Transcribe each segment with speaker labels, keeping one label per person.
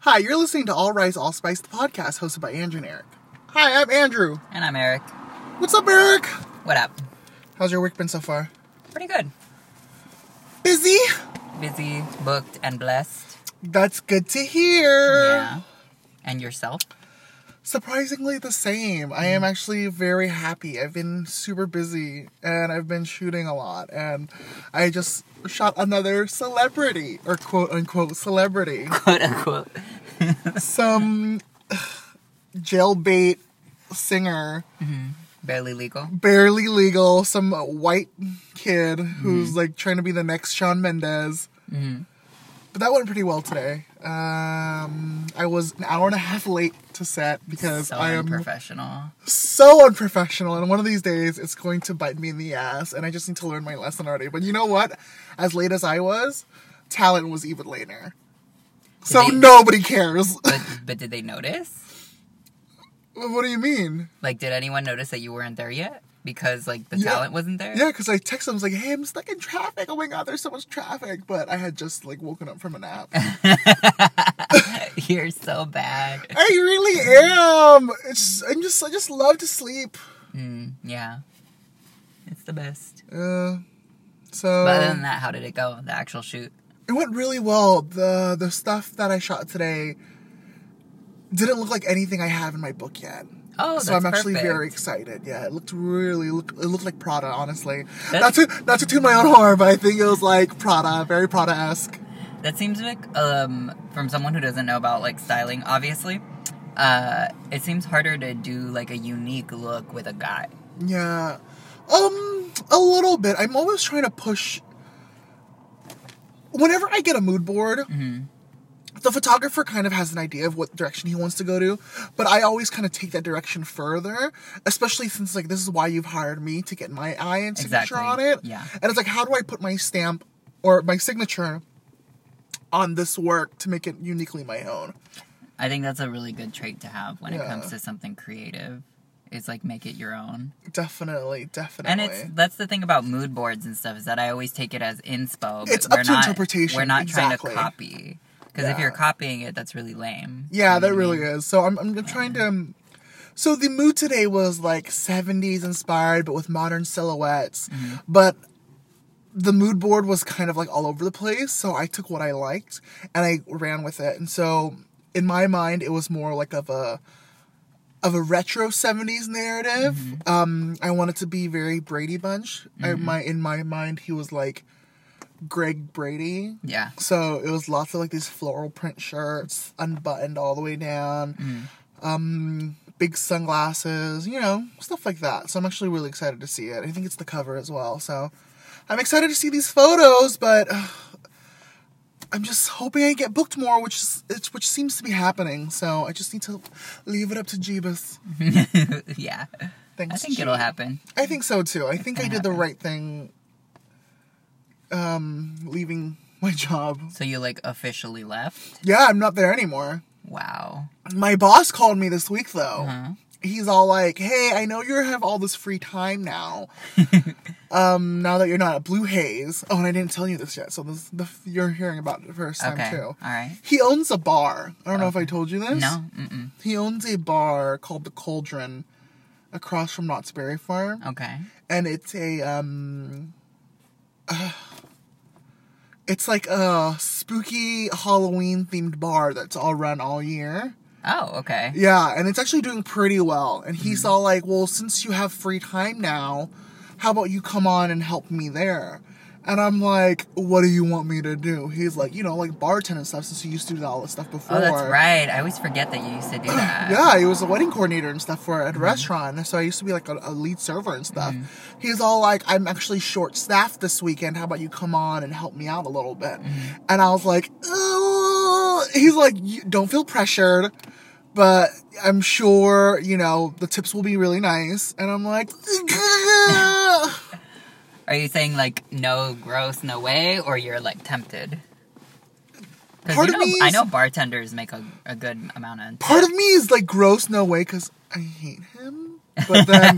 Speaker 1: Hi, you're listening to All Rice All Spice, the podcast hosted by Andrew and Eric. Hi, I'm Andrew.
Speaker 2: And I'm Eric.
Speaker 1: What's up, Eric?
Speaker 2: What up?
Speaker 1: How's your week been so far?
Speaker 2: Pretty good.
Speaker 1: Busy?
Speaker 2: Busy, booked, and blessed.
Speaker 1: That's good to hear.
Speaker 2: And yourself?
Speaker 1: Surprisingly, the same. I am actually very happy. I've been super busy and I've been shooting a lot. And I just shot another celebrity, or quote unquote celebrity.
Speaker 2: Quote unquote.
Speaker 1: Some jailbait singer.
Speaker 2: Barely legal.
Speaker 1: barely legal, some white kid who's
Speaker 2: Mm-hmm.
Speaker 1: like trying to be the next Sean Mendez. But that went pretty well today. Um, I was an hour and a half late to set because
Speaker 2: So
Speaker 1: I am
Speaker 2: unprofessional.
Speaker 1: so unprofessional, and one of these days it's going to bite me in the ass, and I just need to learn my lesson already. But you know what? As late as I was, talent was even later. So
Speaker 2: They-
Speaker 1: nobody cares.
Speaker 2: But, but did they notice?
Speaker 1: what do you mean?
Speaker 2: Like, did anyone notice that you weren't there yet? Because, like, the
Speaker 1: Yeah.
Speaker 2: talent wasn't there?
Speaker 1: Yeah, because I texted him, I was like, hey, I'm stuck in traffic. Oh my god, there's so much traffic. But I had just like woken up from a nap. I
Speaker 2: You're so bad.
Speaker 1: really am. It's I'm just I just love to sleep.
Speaker 2: Mm, yeah. It's the best.
Speaker 1: Uh,
Speaker 2: But other than
Speaker 1: so
Speaker 2: that, how did it go? The actual shoot?
Speaker 1: it went really well. The the stuff that I shot today didn't look like anything I have in my book yet.
Speaker 2: Oh, that's
Speaker 1: so I'm actually
Speaker 2: perfect.
Speaker 1: very excited. Yeah, it looked really look, it looked like Prada, honestly.
Speaker 2: That's-
Speaker 1: not to not to toot my own horn, but I think it was like Prada, very Prada esque.
Speaker 2: That seems like um from someone who doesn't know about like styling, obviously. Uh, it seems harder to do like a unique look with a guy.
Speaker 1: Yeah. Um, a little bit. I'm always trying to push. Whenever I get a mood board,
Speaker 2: Mm-hmm.
Speaker 1: the photographer kind of has an idea of what direction he wants to go to, but I always kind of take that direction further, especially since, like, this is why you've hired me to get my eye and signature
Speaker 2: Exactly.
Speaker 1: on it.
Speaker 2: Yeah.
Speaker 1: And it's like, how do I put my stamp or my signature on this work to make it uniquely my own?
Speaker 2: I think that's a really good trait to have when
Speaker 1: Yeah.
Speaker 2: it comes to something creative. Is like make it your own.
Speaker 1: Definitely, definitely.
Speaker 2: And it's that's the thing about mood boards and stuff is that I always take it as inspo. But
Speaker 1: It's up
Speaker 2: we're
Speaker 1: to
Speaker 2: not,
Speaker 1: interpretation,
Speaker 2: We're not
Speaker 1: exactly.
Speaker 2: trying to copy. Because if
Speaker 1: Yeah.
Speaker 2: you're copying it, that's really lame.
Speaker 1: Yeah,
Speaker 2: You know
Speaker 1: that
Speaker 2: what I
Speaker 1: really
Speaker 2: mean?
Speaker 1: is. So I'm I'm trying to. um, So the mood today was like 70s inspired, but with modern silhouettes. But the mood board was kind of like all over the place. So I took what I liked and I ran with it. And so in my mind, it was more like of a of a retro 70s narrative. Um, I wanted to be very Brady Bunch. I, my in my mind, he was like Greg Brady.
Speaker 2: Yeah.
Speaker 1: So it was lots of like these floral print shirts, unbuttoned all the way down,
Speaker 2: Mm.
Speaker 1: um, big sunglasses, you know, stuff like that. So I'm actually really excited to see it. I think it's the cover as well. So I'm excited to see these photos, but uh, I'm just hoping I get booked more, which is it's, which seems to be happening. So I just need to leave it up to Jeebus.
Speaker 2: yeah.
Speaker 1: Thanks.
Speaker 2: I think it'll
Speaker 1: Jeebus.
Speaker 2: happen.
Speaker 1: I think so too. I think I
Speaker 2: gonna
Speaker 1: did the
Speaker 2: happen.
Speaker 1: right thing. Um, leaving my job.
Speaker 2: So you like officially left?
Speaker 1: Yeah, I'm not there anymore.
Speaker 2: Wow.
Speaker 1: My boss called me this week though.
Speaker 2: Uh-huh.
Speaker 1: He's all like, "Hey, I know you have all this free time now. um, now that you're not at Blue Haze. Oh, and I didn't tell you this yet, so this the, you're hearing about it the first time
Speaker 2: Okay.
Speaker 1: too.
Speaker 2: All right.
Speaker 1: He owns a bar. I don't know if I told you this.
Speaker 2: No. Mm-mm.
Speaker 1: He owns a bar called the Cauldron, across from Knott's Berry Farm,
Speaker 2: Okay.
Speaker 1: and it's a um. uh, it's like a spooky Halloween themed bar that's all run all year.
Speaker 2: Oh, okay.
Speaker 1: Yeah, and it's actually doing pretty well. And
Speaker 2: Mm-hmm.
Speaker 1: he's all like, "Well, since you have free time now, how about you come on and help me there?" And I'm like, "What do you want me to do?" He's like, "You know, like bartend and stuff, since you used to do all this stuff before."
Speaker 2: Oh, that's right. I always forget that you used to do that.
Speaker 1: Yeah, he was a wedding coordinator and stuff for at a restaurant. And so I used to be like a, a lead server and stuff. He's all like, I'm actually short staffed this weekend. How about you come on and help me out a little bit? And I was like, Ugh. he's like, you, don't feel pressured, but I'm sure, you know, the tips will be really nice. And I'm like, "Ugh."
Speaker 2: Are you saying like no gross, no way, or you're like tempted? 'Cause
Speaker 1: Part
Speaker 2: you
Speaker 1: of
Speaker 2: know,
Speaker 1: me
Speaker 2: I
Speaker 1: is-
Speaker 2: know bartenders make a, a good amount of.
Speaker 1: part of me is like gross no way because i hate him but then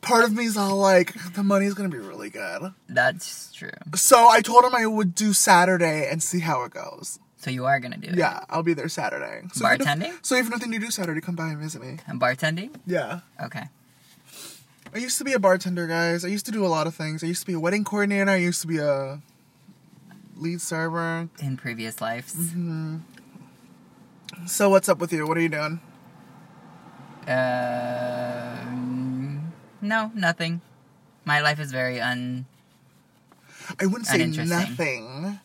Speaker 1: part of me is all like the money's gonna be really good
Speaker 2: That's true.
Speaker 1: so i told him i would do saturday and see how it goes
Speaker 2: So you are gonna do it.
Speaker 1: Yeah, I'll be there Saturday. So if you don't-
Speaker 2: Bartending?
Speaker 1: so if you have nothing to do Saturday, come by and visit me.
Speaker 2: And bartending?
Speaker 1: Yeah.
Speaker 2: Okay.
Speaker 1: I used to be a bartender, guys. I used to do a lot of things. I used to be a wedding coordinator. I used to be a lead server.
Speaker 2: In previous lives.
Speaker 1: Mm-hmm. So what's up with you? What are you doing?
Speaker 2: Um, no, nothing. My life is very un.
Speaker 1: I wouldn't say
Speaker 2: Uninteresting.
Speaker 1: nothing.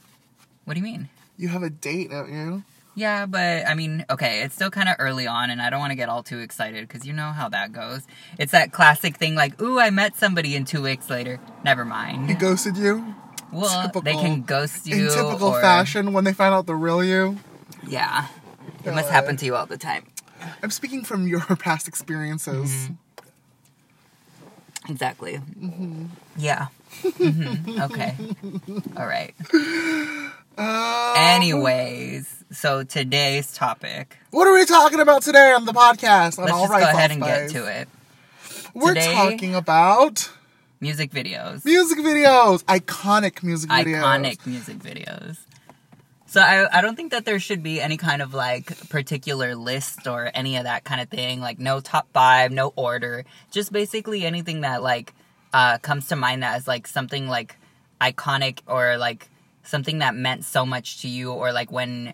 Speaker 2: What do you mean?
Speaker 1: You have a date, don't you?
Speaker 2: Yeah, but I mean, okay, it's still kind of early on, and I don't want to get all too excited because you know how that goes. It's that classic thing like, ooh, I met somebody and two weeks later. Never
Speaker 1: He
Speaker 2: mind.
Speaker 1: ghosted you
Speaker 2: Well, they
Speaker 1: typical-
Speaker 2: can ghost you.
Speaker 1: in typical
Speaker 2: or-
Speaker 1: fashion when they find out the real you.
Speaker 2: Yeah. It must
Speaker 1: God.
Speaker 2: happen to you all the time.
Speaker 1: I'm speaking from your past experiences.
Speaker 2: Mm-hmm. Exactly.
Speaker 1: Mm-hmm.
Speaker 2: Yeah. hmm Okay. All right.
Speaker 1: Uh,
Speaker 2: Anyways, so today's topic.
Speaker 1: what are we talking about today on the podcast? On
Speaker 2: Let's
Speaker 1: All
Speaker 2: just
Speaker 1: Right
Speaker 2: go ahead
Speaker 1: Soft
Speaker 2: and get
Speaker 1: Spice?
Speaker 2: to it.
Speaker 1: We're
Speaker 2: Today-
Speaker 1: talking about
Speaker 2: Music videos.
Speaker 1: music videos, iconic music videos.
Speaker 2: Iconic music videos. So I, I don't think that there should be any kind of like particular list or any of that kind of thing. Like no top five, no order. Just basically anything that like uh, comes to mind that is like something like iconic or like something that meant so much to you or like when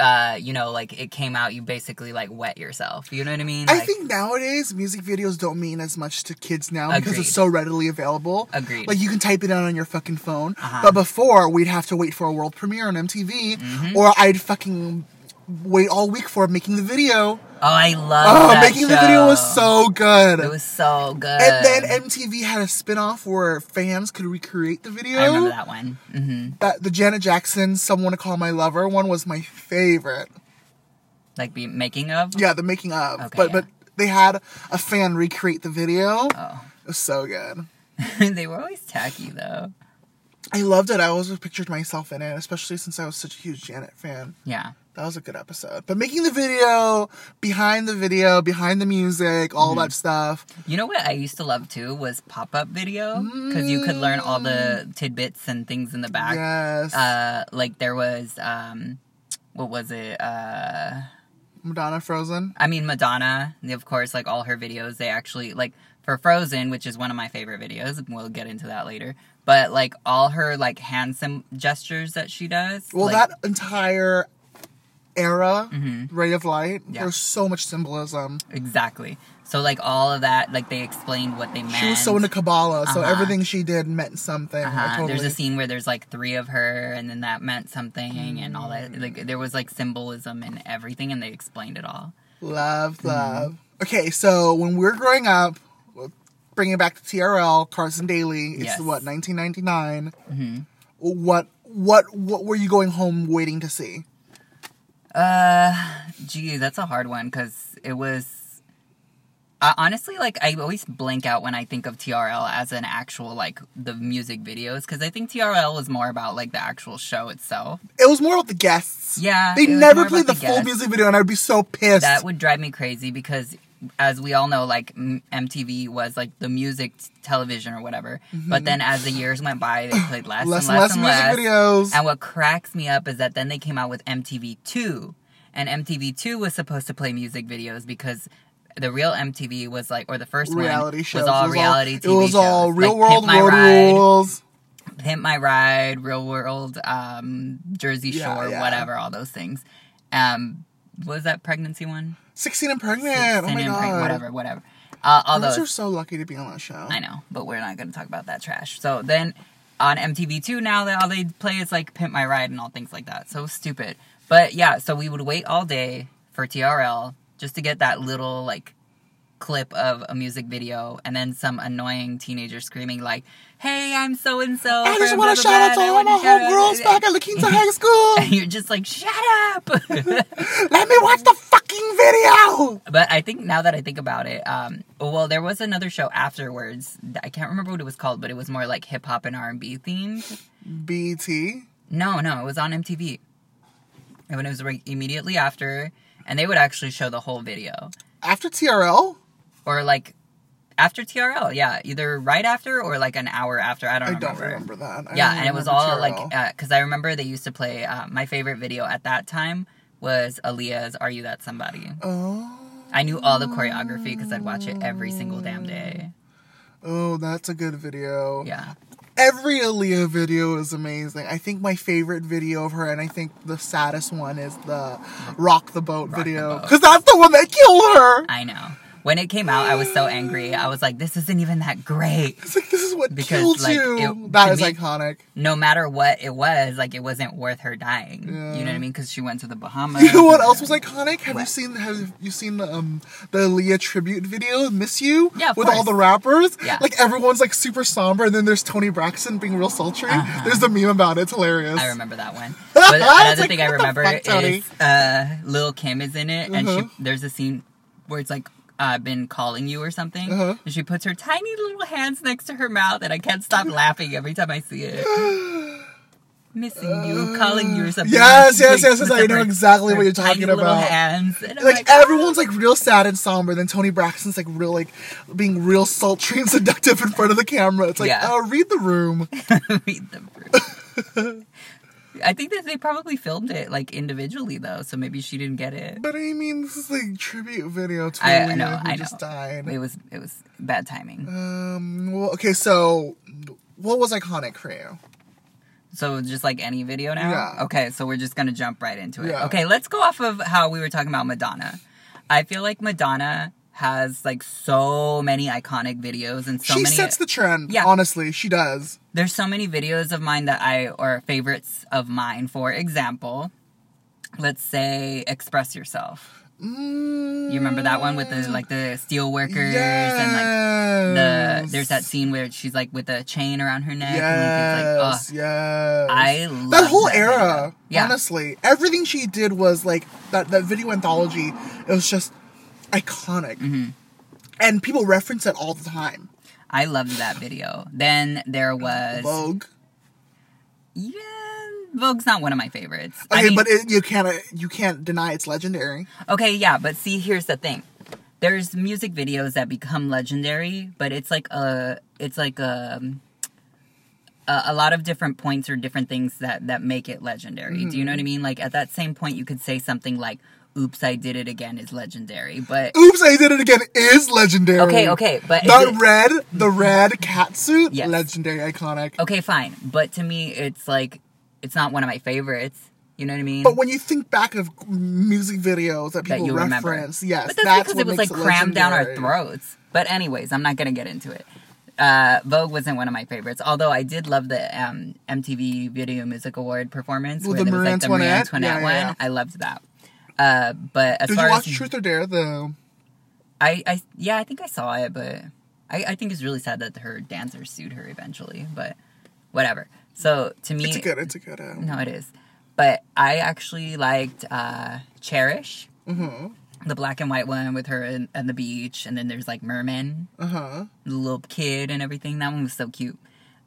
Speaker 2: uh, you know like it came out you basically like wet yourself. You know what I mean?
Speaker 1: I
Speaker 2: Like,
Speaker 1: think nowadays music videos don't mean as much to kids now because
Speaker 2: Agreed.
Speaker 1: it's so readily available.
Speaker 2: Agreed. Uh-huh.
Speaker 1: Like you can type it out on your fucking phone. But before we'd have to wait for a world premiere on MTV,
Speaker 2: Mm-hmm.
Speaker 1: or I'd fucking wait all week for making the video.
Speaker 2: oh I love
Speaker 1: Oh,
Speaker 2: that
Speaker 1: making the video
Speaker 2: show.
Speaker 1: was so good.
Speaker 2: it was so good.
Speaker 1: and then MTV had a spin-off where fans could recreate the video.
Speaker 2: I remember that one. hmm
Speaker 1: That- the Janet Jackson "Someone to Call My Lover" one was my favorite.
Speaker 2: Like be making of.
Speaker 1: Yeah, the making of,
Speaker 2: Okay,
Speaker 1: but
Speaker 2: yeah.
Speaker 1: but they had a fan recreate the video.
Speaker 2: Oh.
Speaker 1: It was so good.
Speaker 2: they were always tacky though.
Speaker 1: I loved it. I always pictured myself in it, especially since I was such a huge Janet fan.
Speaker 2: Yeah.
Speaker 1: That was a good episode. But making the video, behind the video, behind the music,
Speaker 2: Mm-hmm.
Speaker 1: all that stuff.
Speaker 2: You know what I used to love too was pop up video because you could learn all the tidbits and things in the back.
Speaker 1: Mm. yes.
Speaker 2: Uh, like there was, um, what was it? Uh,
Speaker 1: Madonna Frozen.
Speaker 2: I mean Madonna, of course. Like all her videos, they actually like for Frozen, which is one of my favorite videos. and We'll get into that later. But like all her like handsome gestures that she does.
Speaker 1: Well,
Speaker 2: like, Mm-hmm.
Speaker 1: that entire era, Ray of Light,
Speaker 2: Yeah.
Speaker 1: there's so much symbolism.
Speaker 2: exactly. So like all of that, like they explained what they meant.
Speaker 1: She was so into Kabbalah, so
Speaker 2: Uh-huh.
Speaker 1: everything she did meant something. I
Speaker 2: Uh-huh.
Speaker 1: totally-
Speaker 2: There's a scene where there's like three of her, and then that meant something, and all that.
Speaker 1: Mm.
Speaker 2: Like there was like symbolism and everything, and they explained it all. Mm-hmm.
Speaker 1: Love, love. Okay, so when we were growing up, bringing it back to TRL, Carson Daly, it's
Speaker 2: Yes. Mm-hmm.
Speaker 1: what 1999. What what what were you going home waiting to see?
Speaker 2: Uh, gee, that's a hard one because it was. I, honestly, like I always blank out when I think of TRL as an actual like the music videos because I think TRL was more about like the actual show itself.
Speaker 1: It was more about the guests.
Speaker 2: Yeah,
Speaker 1: they
Speaker 2: it was
Speaker 1: never
Speaker 2: more
Speaker 1: played the,
Speaker 2: about the
Speaker 1: full
Speaker 2: guests.
Speaker 1: music video, and I'd be so pissed.
Speaker 2: That would drive me crazy because, as we all know, like m- MTV was like the music t- television or whatever. But then as the years went by, they played less,
Speaker 1: Mm-hmm. less
Speaker 2: and less and
Speaker 1: music
Speaker 2: less.
Speaker 1: videos.
Speaker 2: And what cracks me up is that then they came out with MTV2, and MTV2 was supposed to play music videos because the real MTV was like, or the first
Speaker 1: reality
Speaker 2: one
Speaker 1: shows
Speaker 2: was all
Speaker 1: It was
Speaker 2: reality TV
Speaker 1: It was
Speaker 2: shows.
Speaker 1: all
Speaker 2: like
Speaker 1: real
Speaker 2: Pimp
Speaker 1: world
Speaker 2: My
Speaker 1: road
Speaker 2: Ride,
Speaker 1: rules.
Speaker 2: Pimp My Ride, Real World, um, Jersey
Speaker 1: Yeah,
Speaker 2: Shore,
Speaker 1: yeah.
Speaker 2: whatever, all those things. Um, what was that pregnancy one?
Speaker 1: Sixteen and pregnant. oh
Speaker 2: Sin
Speaker 1: my
Speaker 2: and
Speaker 1: god.
Speaker 2: Preg- whatever, whatever. Uh, all
Speaker 1: Girls are
Speaker 2: those.
Speaker 1: so lucky to be on that show.
Speaker 2: I know, but we're not going to talk about that trash. So then on MTV2 now, that all they play is like Pimp My Ride and all things like that. So stupid. But yeah, so we would wait all day for TRL just to get that little like clip of a music video and then some annoying teenager screaming like, "Hey, I'm so and so."
Speaker 1: I just want to shout out to all my homegirls back at La Quinta High School.
Speaker 2: And you're just like, "Shut up."
Speaker 1: Let me watch the fucking video.
Speaker 2: But I think now that I think about it, um, well, there was another show afterwards. I can't remember what it was called, but it was more like hip hop and R and B themed.
Speaker 1: BT.
Speaker 2: No, no, it was on MTV. And when it was right immediately after, and they would actually show the whole video
Speaker 1: After TRL,
Speaker 2: or like after TRL. Yeah, either right after or like an hour after. I don't.
Speaker 1: I
Speaker 2: remember.
Speaker 1: don't remember that. I
Speaker 2: yeah,
Speaker 1: don't
Speaker 2: and it was
Speaker 1: remember
Speaker 2: all
Speaker 1: TRL.
Speaker 2: like because I remember they used to play uh, my favorite video at that time was Aaliyah's "Are You That Somebody."
Speaker 1: oh,
Speaker 2: I knew all the choreography because I'd watch it every single damn day.
Speaker 1: oh, that's a good video.
Speaker 2: Yeah,
Speaker 1: Every Aaliyah video is amazing. I think my favorite video of her, and I think the saddest one is the "Rock the Boat"
Speaker 2: the
Speaker 1: video
Speaker 2: Boat.
Speaker 1: because that's the one that killed her.
Speaker 2: I know. When it came out, I was so angry. I was like, "This isn't even that great."
Speaker 1: It's like this is what
Speaker 2: Because,
Speaker 1: killed
Speaker 2: like,
Speaker 1: you.
Speaker 2: it-
Speaker 1: that
Speaker 2: to
Speaker 1: is
Speaker 2: me-
Speaker 1: iconic.
Speaker 2: No matter what it was, like it wasn't worth her dying.
Speaker 1: Yeah.
Speaker 2: You know what I mean? Because she went to the Bahamas.
Speaker 1: You know what else was iconic? Have you
Speaker 2: What?
Speaker 1: seen Have you seen the um the Leah tribute video "Miss You"
Speaker 2: Yeah, of
Speaker 1: with all
Speaker 2: course.
Speaker 1: the rappers?
Speaker 2: Yeah.
Speaker 1: like everyone's like super somber, and then there's Tony Braxton being real sultry. There's the meme about it. It's hilarious.
Speaker 2: Uh-huh. I remember that one. But another
Speaker 1: like,
Speaker 2: thing I
Speaker 1: what the
Speaker 2: remember
Speaker 1: fuck, Tony?
Speaker 2: is uh, Lil Kim is in it, and she
Speaker 1: Uh-huh.
Speaker 2: there's a scene where it's like I've been calling you or something,
Speaker 1: Uh-huh.
Speaker 2: and she puts her tiny little hands next to her mouth, and I can't stop laughing every time I see it. Missing you, calling you or something.
Speaker 1: yes,
Speaker 2: She's,
Speaker 1: yes, yes, yes,
Speaker 2: puts
Speaker 1: I
Speaker 2: up
Speaker 1: know
Speaker 2: her-
Speaker 1: exactly
Speaker 2: her
Speaker 1: what you're talking
Speaker 2: tiny little
Speaker 1: about.
Speaker 2: Hands, and I'm
Speaker 1: Like
Speaker 2: like,
Speaker 1: everyone's like real sad and somber, then Tony Braxton's like real like being real sultry and seductive in front of the camera. It's like,
Speaker 2: Yeah.
Speaker 1: oh, read the room.
Speaker 2: read them through. I think that they probably filmed it like individually though, so maybe she didn't get it.
Speaker 1: But I mean, this is like tribute video to
Speaker 2: I- I
Speaker 1: Leah
Speaker 2: know,
Speaker 1: who
Speaker 2: I
Speaker 1: just
Speaker 2: know.
Speaker 1: died.
Speaker 2: It was it was bad timing.
Speaker 1: Um. Well, okay. So, what was iconic for you?
Speaker 2: So just like any video now?
Speaker 1: Yeah.
Speaker 2: Okay, so we're just gonna jump right into it.
Speaker 1: Yeah.
Speaker 2: Okay, let's go off of how we were talking about Madonna. I feel like Madonna has like so many iconic videos and so
Speaker 1: she
Speaker 2: many
Speaker 1: sets the trend.
Speaker 2: Yeah.
Speaker 1: Honestly, she does.
Speaker 2: there's so many videos of mine that I or favorites of mine, for example. Let's say Express Yourself.
Speaker 1: Mm,
Speaker 2: You remember that one with the like the steel workers and like the
Speaker 1: yes.
Speaker 2: there's that scene where she's like with a chain around her neck and it's like
Speaker 1: Yes.
Speaker 2: oh
Speaker 1: yes.
Speaker 2: I
Speaker 1: that
Speaker 2: love
Speaker 1: whole
Speaker 2: that
Speaker 1: era.
Speaker 2: video. Yeah.
Speaker 1: Honestly, everything she did was like that. That video anthology. It was just iconic,
Speaker 2: Mm-hmm.
Speaker 1: and people reference it all the time.
Speaker 2: I loved that video. Then there was
Speaker 1: Vogue.
Speaker 2: yeah Vogue's not one of my favorites.
Speaker 1: Okay,
Speaker 2: I mean,
Speaker 1: but it, you can't you can't deny it's legendary.
Speaker 2: okay, yeah, but see here's the thing. There's music videos that become legendary, but it's like a it's like a a, a lot of different points or different things that that make it legendary. Do you know what
Speaker 1: Mm-hmm.
Speaker 2: I mean? Like at that same point you could say something like oops I did it again is legendary, but
Speaker 1: Oops, I did it again is legendary.
Speaker 2: Okay, okay, but is
Speaker 1: the
Speaker 2: it-
Speaker 1: red, the red cat suit,
Speaker 2: Yes. Oh,
Speaker 1: legendary, iconic.
Speaker 2: okay, fine. But to me, it's like it's not one of my favorites. You know what I mean?
Speaker 1: But when you think back of music videos that
Speaker 2: that
Speaker 1: people
Speaker 2: you remember.
Speaker 1: reference, yes,
Speaker 2: but that's, because
Speaker 1: what
Speaker 2: it was like
Speaker 1: makes
Speaker 2: crammed down our
Speaker 1: legendary.
Speaker 2: throats. But anyways, I'm not gonna get into it. Uh, Vogue wasn't one of my favorites, although I did love the um, MTV Video Music Award performance
Speaker 1: With
Speaker 2: where
Speaker 1: the
Speaker 2: there was
Speaker 1: Marie
Speaker 2: like the Marie
Speaker 1: Antoinette?
Speaker 2: Antoinette
Speaker 1: Yeah, yeah,
Speaker 2: one. I loved that. Uh, but as
Speaker 1: Did
Speaker 2: far
Speaker 1: you watch
Speaker 2: as
Speaker 1: Truth or Dare though?
Speaker 2: I, I, yeah, I think I saw it, but I, I think it's really sad that her dancer sued her eventually. But whatever. So to me,
Speaker 1: It's a good, it's a good. Um,
Speaker 2: No, it is. But I actually liked uh, Cherish,
Speaker 1: mhm,
Speaker 2: the black and white one with her and, and the beach, and then there's like Merman,
Speaker 1: Uh huh.
Speaker 2: the little kid and everything. That one was so cute.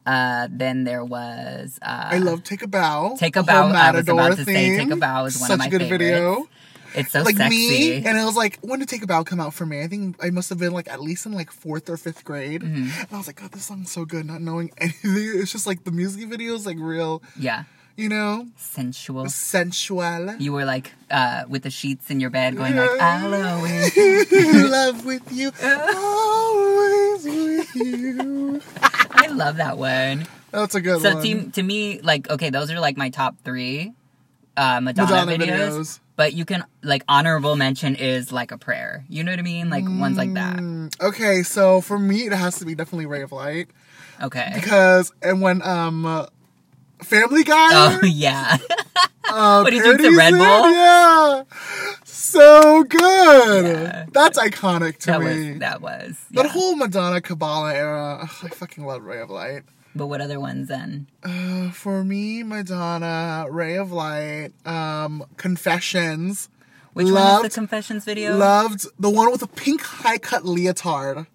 Speaker 2: Uh, then there was uh,
Speaker 1: I love Take a Bow.
Speaker 2: Take a
Speaker 1: the whole
Speaker 2: Bow. I was about to
Speaker 1: Matador
Speaker 2: say Take a
Speaker 1: theme.
Speaker 2: Bow is one
Speaker 1: Such
Speaker 2: of my
Speaker 1: a good
Speaker 2: favorites.
Speaker 1: video.
Speaker 2: It's so
Speaker 1: Like
Speaker 2: sexy.
Speaker 1: me, and it was like when did Take a Bow come out for me? I think I must have been like at least in like fourth or fifth grade,
Speaker 2: Mm-hmm.
Speaker 1: and I was like, God, this song's so good. Not knowing anything, it's just like the music video is like real,
Speaker 2: yeah,
Speaker 1: you know,
Speaker 2: sensual.
Speaker 1: sensual.
Speaker 2: You were like uh, with the sheets in your bed, going like, "I'll always
Speaker 1: In love with you, always with you.
Speaker 2: I love that one.
Speaker 1: That's a good
Speaker 2: So
Speaker 1: one.
Speaker 2: to, to me, like, okay, those are like my top three uh, Madonna,
Speaker 1: Madonna
Speaker 2: videos,
Speaker 1: videos.
Speaker 2: But you can like honorable mention is like a prayer. You know what I mean? Like ones like that.
Speaker 1: Mm, okay, so for me, it has to be definitely Ray of Light
Speaker 2: Okay.
Speaker 1: because and when um, uh, Family Guy.
Speaker 2: Oh yeah.
Speaker 1: uh,
Speaker 2: What, he drinks the
Speaker 1: parodies
Speaker 2: Red
Speaker 1: it,
Speaker 2: Bull?
Speaker 1: Yeah, so good.
Speaker 2: Yeah.
Speaker 1: That's iconic to
Speaker 2: that
Speaker 1: me.
Speaker 2: was that was.
Speaker 1: That
Speaker 2: yeah.
Speaker 1: whole Madonna Kabbalah era, ugh, I fucking love Ray of Light.
Speaker 2: But what other ones then?
Speaker 1: Uh, for me, Madonna, Ray of Light, um, Confessions.
Speaker 2: Which one
Speaker 1: Loved-
Speaker 2: was the confessions video?
Speaker 1: Loved the one with the pink high cut leotard.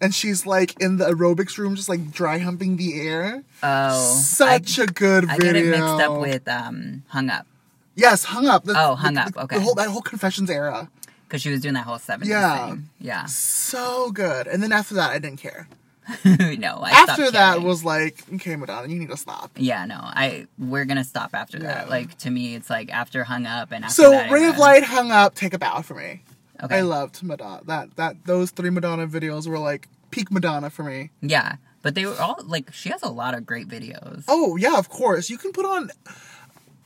Speaker 1: And she's like in the aerobics room, just like dry humping the air.
Speaker 2: oh.
Speaker 1: Such a good
Speaker 2: I, I
Speaker 1: video.
Speaker 2: get it mixed up with um Hung Up.
Speaker 1: Yes, Hung Up. That's-
Speaker 2: Oh, Hung Up,
Speaker 1: the-
Speaker 2: okay. Oh.
Speaker 1: The whole, that whole Confessions era.
Speaker 2: because she was doing that whole 70s
Speaker 1: Yeah.
Speaker 2: thing. Yeah.
Speaker 1: So good. And then after that, I didn't care.
Speaker 2: no, I stopped
Speaker 1: after that
Speaker 2: caring.
Speaker 1: was like, okay, Madonna, you need to stop.
Speaker 2: Yeah, no, I we're gonna stop after that.
Speaker 1: Yeah.
Speaker 2: Like to me, it's like after hung up and after
Speaker 1: So
Speaker 2: that,
Speaker 1: Ring of
Speaker 2: uh,
Speaker 1: Light hung up, take a bow for me.
Speaker 2: Okay,
Speaker 1: I loved Madonna. That that those three Madonna videos were like peak Madonna for me.
Speaker 2: yeah, but they were all like she has a lot of great videos.
Speaker 1: Oh yeah, of course. You can put on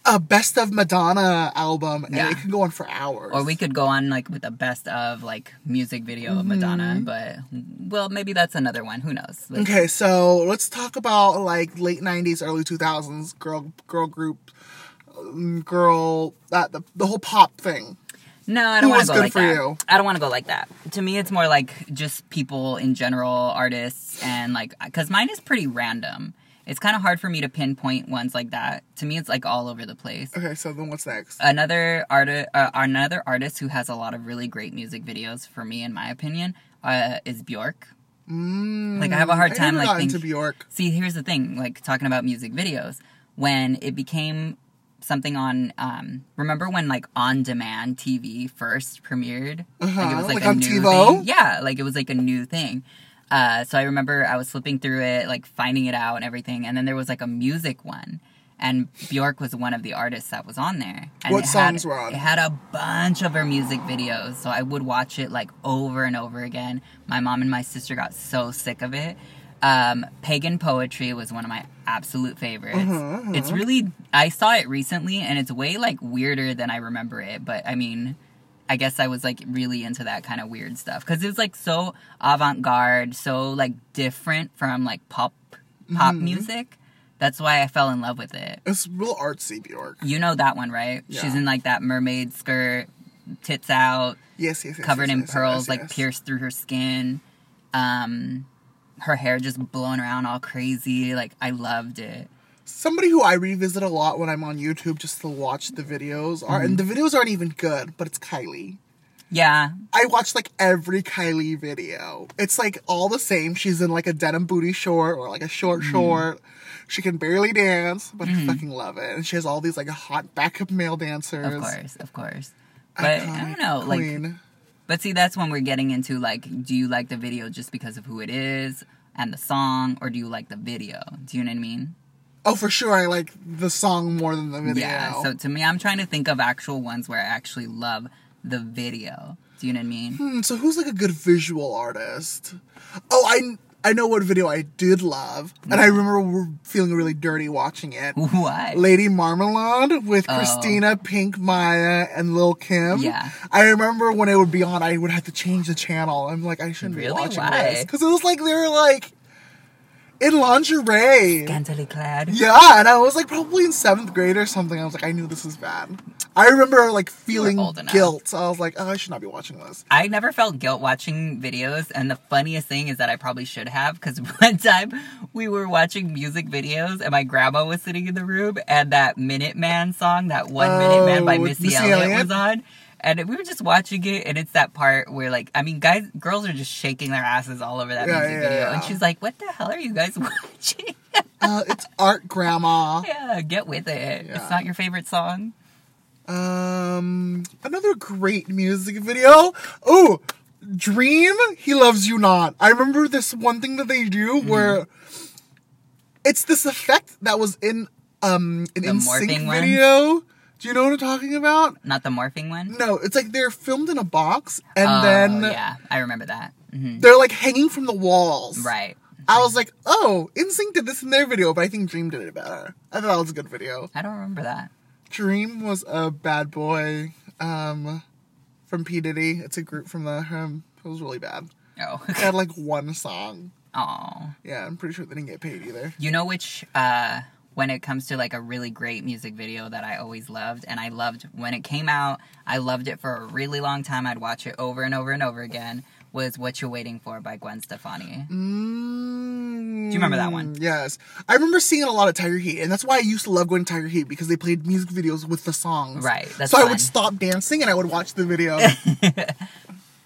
Speaker 1: a best of Madonna album and
Speaker 2: Yeah.
Speaker 1: it can go on for hours.
Speaker 2: Or we could go on like with the best of like music video
Speaker 1: Mm-hmm.
Speaker 2: of Madonna, but well, maybe that's another one. Who knows? Like,
Speaker 1: Okay, so let's talk about like late '90s, early 2000s girl girl group, um, girl that the, the whole pop thing.
Speaker 2: No, I
Speaker 1: Who
Speaker 2: don't want
Speaker 1: was
Speaker 2: to go
Speaker 1: good
Speaker 2: like
Speaker 1: for
Speaker 2: that.
Speaker 1: you?
Speaker 2: I don't want to go like that. To me, it's more like just people in general, artists, and like because mine is pretty random. It's kind of hard for me to pinpoint ones like that. To me, it's like all over the place.
Speaker 1: Okay, so then what's next?
Speaker 2: another artist uh, another artist who has a lot of really great music videos for me in my opinion uh, is Bjork.
Speaker 1: Mm,
Speaker 2: Like I have a hard
Speaker 1: I
Speaker 2: time
Speaker 1: never
Speaker 2: like
Speaker 1: got
Speaker 2: think-
Speaker 1: into Bjork.
Speaker 2: See, here's the thing, like talking about music videos when it became something on um remember when like on demand TV first premiered? Like it
Speaker 1: Uh-huh,
Speaker 2: was like,
Speaker 1: like
Speaker 2: a
Speaker 1: on
Speaker 2: new
Speaker 1: TiVo?
Speaker 2: thing. Yeah, like it was like a new thing. Uh, so I remember I was flipping through it, like finding it out and everything, and then there was like a music one, and Bjork was one of the artists that was on there. And
Speaker 1: What
Speaker 2: it
Speaker 1: songs
Speaker 2: had,
Speaker 1: were on?
Speaker 2: It had a bunch of her music videos, so I would watch it like over and over again. My mom and my sister got so sick of it. Um, Pagan poetry was one of my absolute favorites. It's really I saw it recently, and it's way like weirder than I remember it. But I mean, I guess I was like really into that kind of weird stuff because it was like so avant garde, so like different from like pop pop music. That's why I fell in love with it.
Speaker 1: It's real artsy Bjork.
Speaker 2: You know that one, right? She's
Speaker 1: Yeah.
Speaker 2: in like that mermaid skirt, tits out,
Speaker 1: Yes, yes, yes.
Speaker 2: covered
Speaker 1: yes,
Speaker 2: in
Speaker 1: yes, yes,
Speaker 2: pearls,
Speaker 1: yes,
Speaker 2: like
Speaker 1: yes.
Speaker 2: pierced through her skin. Um, her hair just blown around all crazy. Like I loved it.
Speaker 1: Somebody who I revisit a lot when I'm on YouTube just to watch the videos are,
Speaker 2: Mm-hmm.
Speaker 1: and the videos aren't even good, but it's Kylie.
Speaker 2: Yeah,
Speaker 1: I watched like every Kylie video. It's like all the same. She's in like a denim booty short or like a short
Speaker 2: Mm-hmm.
Speaker 1: short. She can barely dance, but I fucking love it. And she has all these like hot backup male dancers.
Speaker 2: of course, of course. But I don't know, like
Speaker 1: Queen.
Speaker 2: But see, that's when we're getting into like, do you like the video just because of who it is and the song, or do you like the video? Do you know what I mean?
Speaker 1: oh, for sure, I like the song more than the video.
Speaker 2: Yeah. So to me, I'm trying to think of actual ones where I actually love the video. Do you know what I mean?
Speaker 1: Hmm, so who's like a good visual artist? Oh, I I know what video I did love, and I remember feeling really dirty watching it.
Speaker 2: What?
Speaker 1: Lady Marmalade with Christina Pink Maya and Lil Kim.
Speaker 2: Oh. Yeah.
Speaker 1: I remember when it would be on, I would have to change the channel. I'm like, I shouldn't
Speaker 2: Really?
Speaker 1: be watching
Speaker 2: Why?
Speaker 1: this because it was like they were like in lingerie.
Speaker 2: Scantily clad.
Speaker 1: yeah, and I was like probably in seventh grade or something. I was like, I knew this was bad. I remember like feeling
Speaker 2: old enough.
Speaker 1: guilt. I was like, oh, I should not be watching this.
Speaker 2: I never felt guilt watching videos, and the funniest thing is that I probably should have because one time we were watching music videos, and my grandma was sitting in the room, and that Minuteman song, that one
Speaker 1: Oh,
Speaker 2: Minute Man by
Speaker 1: with
Speaker 2: Missy,
Speaker 1: Missy
Speaker 2: Elliott,
Speaker 1: Elliott?
Speaker 2: was on. And we were just watching it, and it's that part where, like, I mean, guys, girls are just shaking their asses all over that
Speaker 1: Yeah,
Speaker 2: music
Speaker 1: yeah,
Speaker 2: video. And
Speaker 1: yeah.
Speaker 2: she's like, What the hell are you guys watching?
Speaker 1: Uh, it's art, grandma.
Speaker 2: yeah, get with it.
Speaker 1: Yeah.
Speaker 2: It's not your favorite song.
Speaker 1: Um, another great music video. Oh, Dream, He Loves You Not. I remember this one thing that they do
Speaker 2: Mm-hmm.
Speaker 1: where it's this effect that was in um an
Speaker 2: The
Speaker 1: in
Speaker 2: morphing
Speaker 1: sync
Speaker 2: one?
Speaker 1: video. Do you know what I'm talking about?
Speaker 2: Not the morphing one.
Speaker 1: No, it's like they're filmed in a box and
Speaker 2: Oh,
Speaker 1: then
Speaker 2: yeah, I remember that. hmm
Speaker 1: they're like hanging from the walls.
Speaker 2: Right.
Speaker 1: I was like, oh, InSync did this in their video, but I think Dream did it better. I thought that was a good video.
Speaker 2: I don't remember that.
Speaker 1: Dream was a bad boy um, from P. Diddy. It's a group from the him. It was really bad.
Speaker 2: Oh.
Speaker 1: They had like one song.
Speaker 2: Oh.
Speaker 1: Yeah, I'm pretty sure they didn't get paid either.
Speaker 2: You know which uh when it comes to like a really great music video that I always loved and I loved when it came out, I loved it for a really long time. I'd watch it over and over and over again was What You Waiting For by Gwen Stefani.
Speaker 1: Mm,
Speaker 2: Do you remember that one?
Speaker 1: Yes. I remember seeing it a lot at Tiger Heat, and that's why I used to love going to Tiger Heat because they played music videos with the songs.
Speaker 2: Right, that's
Speaker 1: so I
Speaker 2: fun.
Speaker 1: would stop dancing and I would watch the video.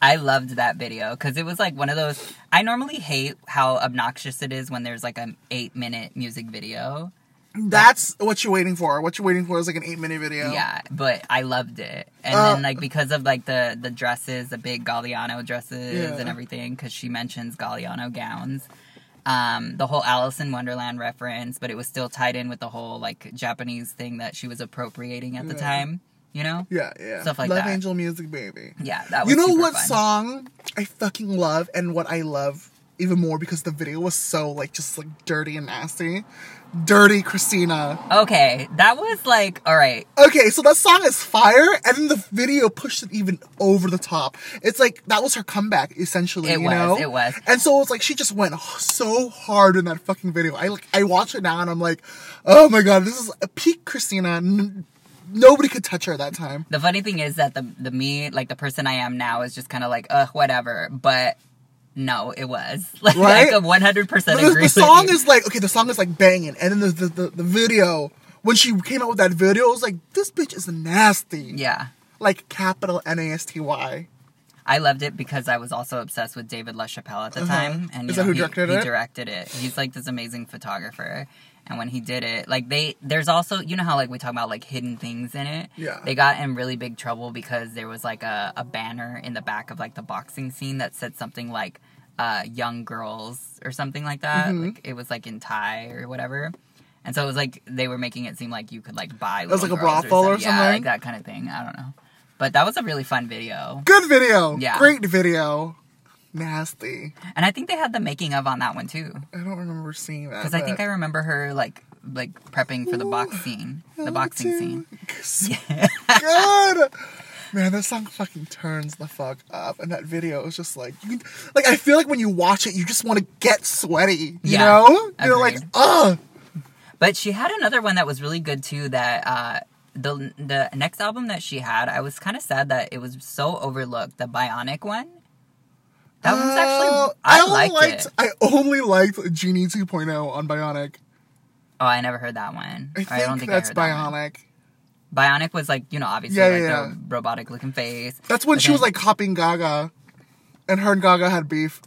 Speaker 2: I loved that video because it was like one of those I normally hate how obnoxious it is when there's like an 8 minute music video.
Speaker 1: that's what you're waiting for. What you're waiting for is like an eight minute video.
Speaker 2: Yeah, but I loved it. and
Speaker 1: Uh,
Speaker 2: then like because of like the the dresses, the big Galliano dresses
Speaker 1: Yeah.
Speaker 2: and everything, because she mentions Galliano gowns. Um, the whole Alice in Wonderland reference, but it was still tied in with the whole like Japanese thing that she was appropriating at the
Speaker 1: Yeah.
Speaker 2: time. You know?
Speaker 1: Yeah, yeah.
Speaker 2: Stuff like
Speaker 1: Love
Speaker 2: that.
Speaker 1: Angel Music Baby.
Speaker 2: Yeah, that was
Speaker 1: You know
Speaker 2: super
Speaker 1: what
Speaker 2: fun.
Speaker 1: song I fucking love and what I love even more because the video was so like just like dirty and nasty. Dirty Christina.
Speaker 2: Okay, that was like all right.
Speaker 1: Okay, so that song is fire, and then the video pushed it even over the top. It's like that was her comeback, essentially.
Speaker 2: It
Speaker 1: you
Speaker 2: was,
Speaker 1: know?
Speaker 2: it was.
Speaker 1: And so it's like she just went so hard in that fucking video. I like I watch it now and I'm like, oh my god, this is a peak Christina. N- nobody could touch her at that time.
Speaker 2: The funny thing is that the the me like the person I am now is just kind of like ugh whatever, but no, it was like
Speaker 1: Right?
Speaker 2: I could one hundred percent
Speaker 1: the,
Speaker 2: agree.
Speaker 1: the
Speaker 2: with
Speaker 1: song
Speaker 2: you.
Speaker 1: is like okay the song is like banging and then the, the, the, the video when she came out with that video it was like this bitch is nasty
Speaker 2: yeah.
Speaker 1: like capital n-a-s-t-y
Speaker 2: I loved it because I was also obsessed with David LaChapelle at the
Speaker 1: Uh-huh.
Speaker 2: time, and you
Speaker 1: Is that
Speaker 2: know,
Speaker 1: who
Speaker 2: he,
Speaker 1: directed
Speaker 2: he
Speaker 1: it?
Speaker 2: directed it. He's like this amazing photographer, and when he did it, like they there's also you know how like we talk about like hidden things in it.
Speaker 1: Yeah.
Speaker 2: they got in really big trouble because there was like a, a banner in the back of like the boxing scene that said something like uh, "young girls" or something like that.
Speaker 1: Mm-hmm.
Speaker 2: Like it was like in Thai or whatever. And so it was like they were making it seem like you could like buy. It
Speaker 1: was like a brothel or
Speaker 2: yeah,
Speaker 1: something?
Speaker 2: like that kind of thing. I don't know, but that was a really fun video.
Speaker 1: good video
Speaker 2: Yeah.
Speaker 1: great video nasty
Speaker 2: And I think they had the making of on that one too,
Speaker 1: i don't remember seeing that
Speaker 2: because I think I remember her like like prepping for the box scene, the boxing scene.
Speaker 1: scene good Man, that song fucking turns the fuck up, and that video is just like, you, like I feel like when you watch it, you just want to get sweaty, you
Speaker 2: Yeah.
Speaker 1: know? You're like,
Speaker 2: Agreed.
Speaker 1: ugh,
Speaker 2: But she had another one that was really good too. That uh, the the next album that she had, I was kind of sad that it was so overlooked. The Bionic one. That one's
Speaker 1: Uh,
Speaker 2: actually I,
Speaker 1: only
Speaker 2: liked,
Speaker 1: liked
Speaker 2: it.
Speaker 1: I only liked Genie 2.0 on Bionic.
Speaker 2: Oh, I never heard that one.
Speaker 1: I think,
Speaker 2: I don't think
Speaker 1: that's
Speaker 2: I heard That one.
Speaker 1: Bionic.
Speaker 2: Bionic was like you know obviously
Speaker 1: Yeah,
Speaker 2: like
Speaker 1: yeah, yeah.
Speaker 2: the robotic looking face.
Speaker 1: That's when
Speaker 2: But
Speaker 1: she was
Speaker 2: then-
Speaker 1: like copying Gaga, and her and Gaga had beef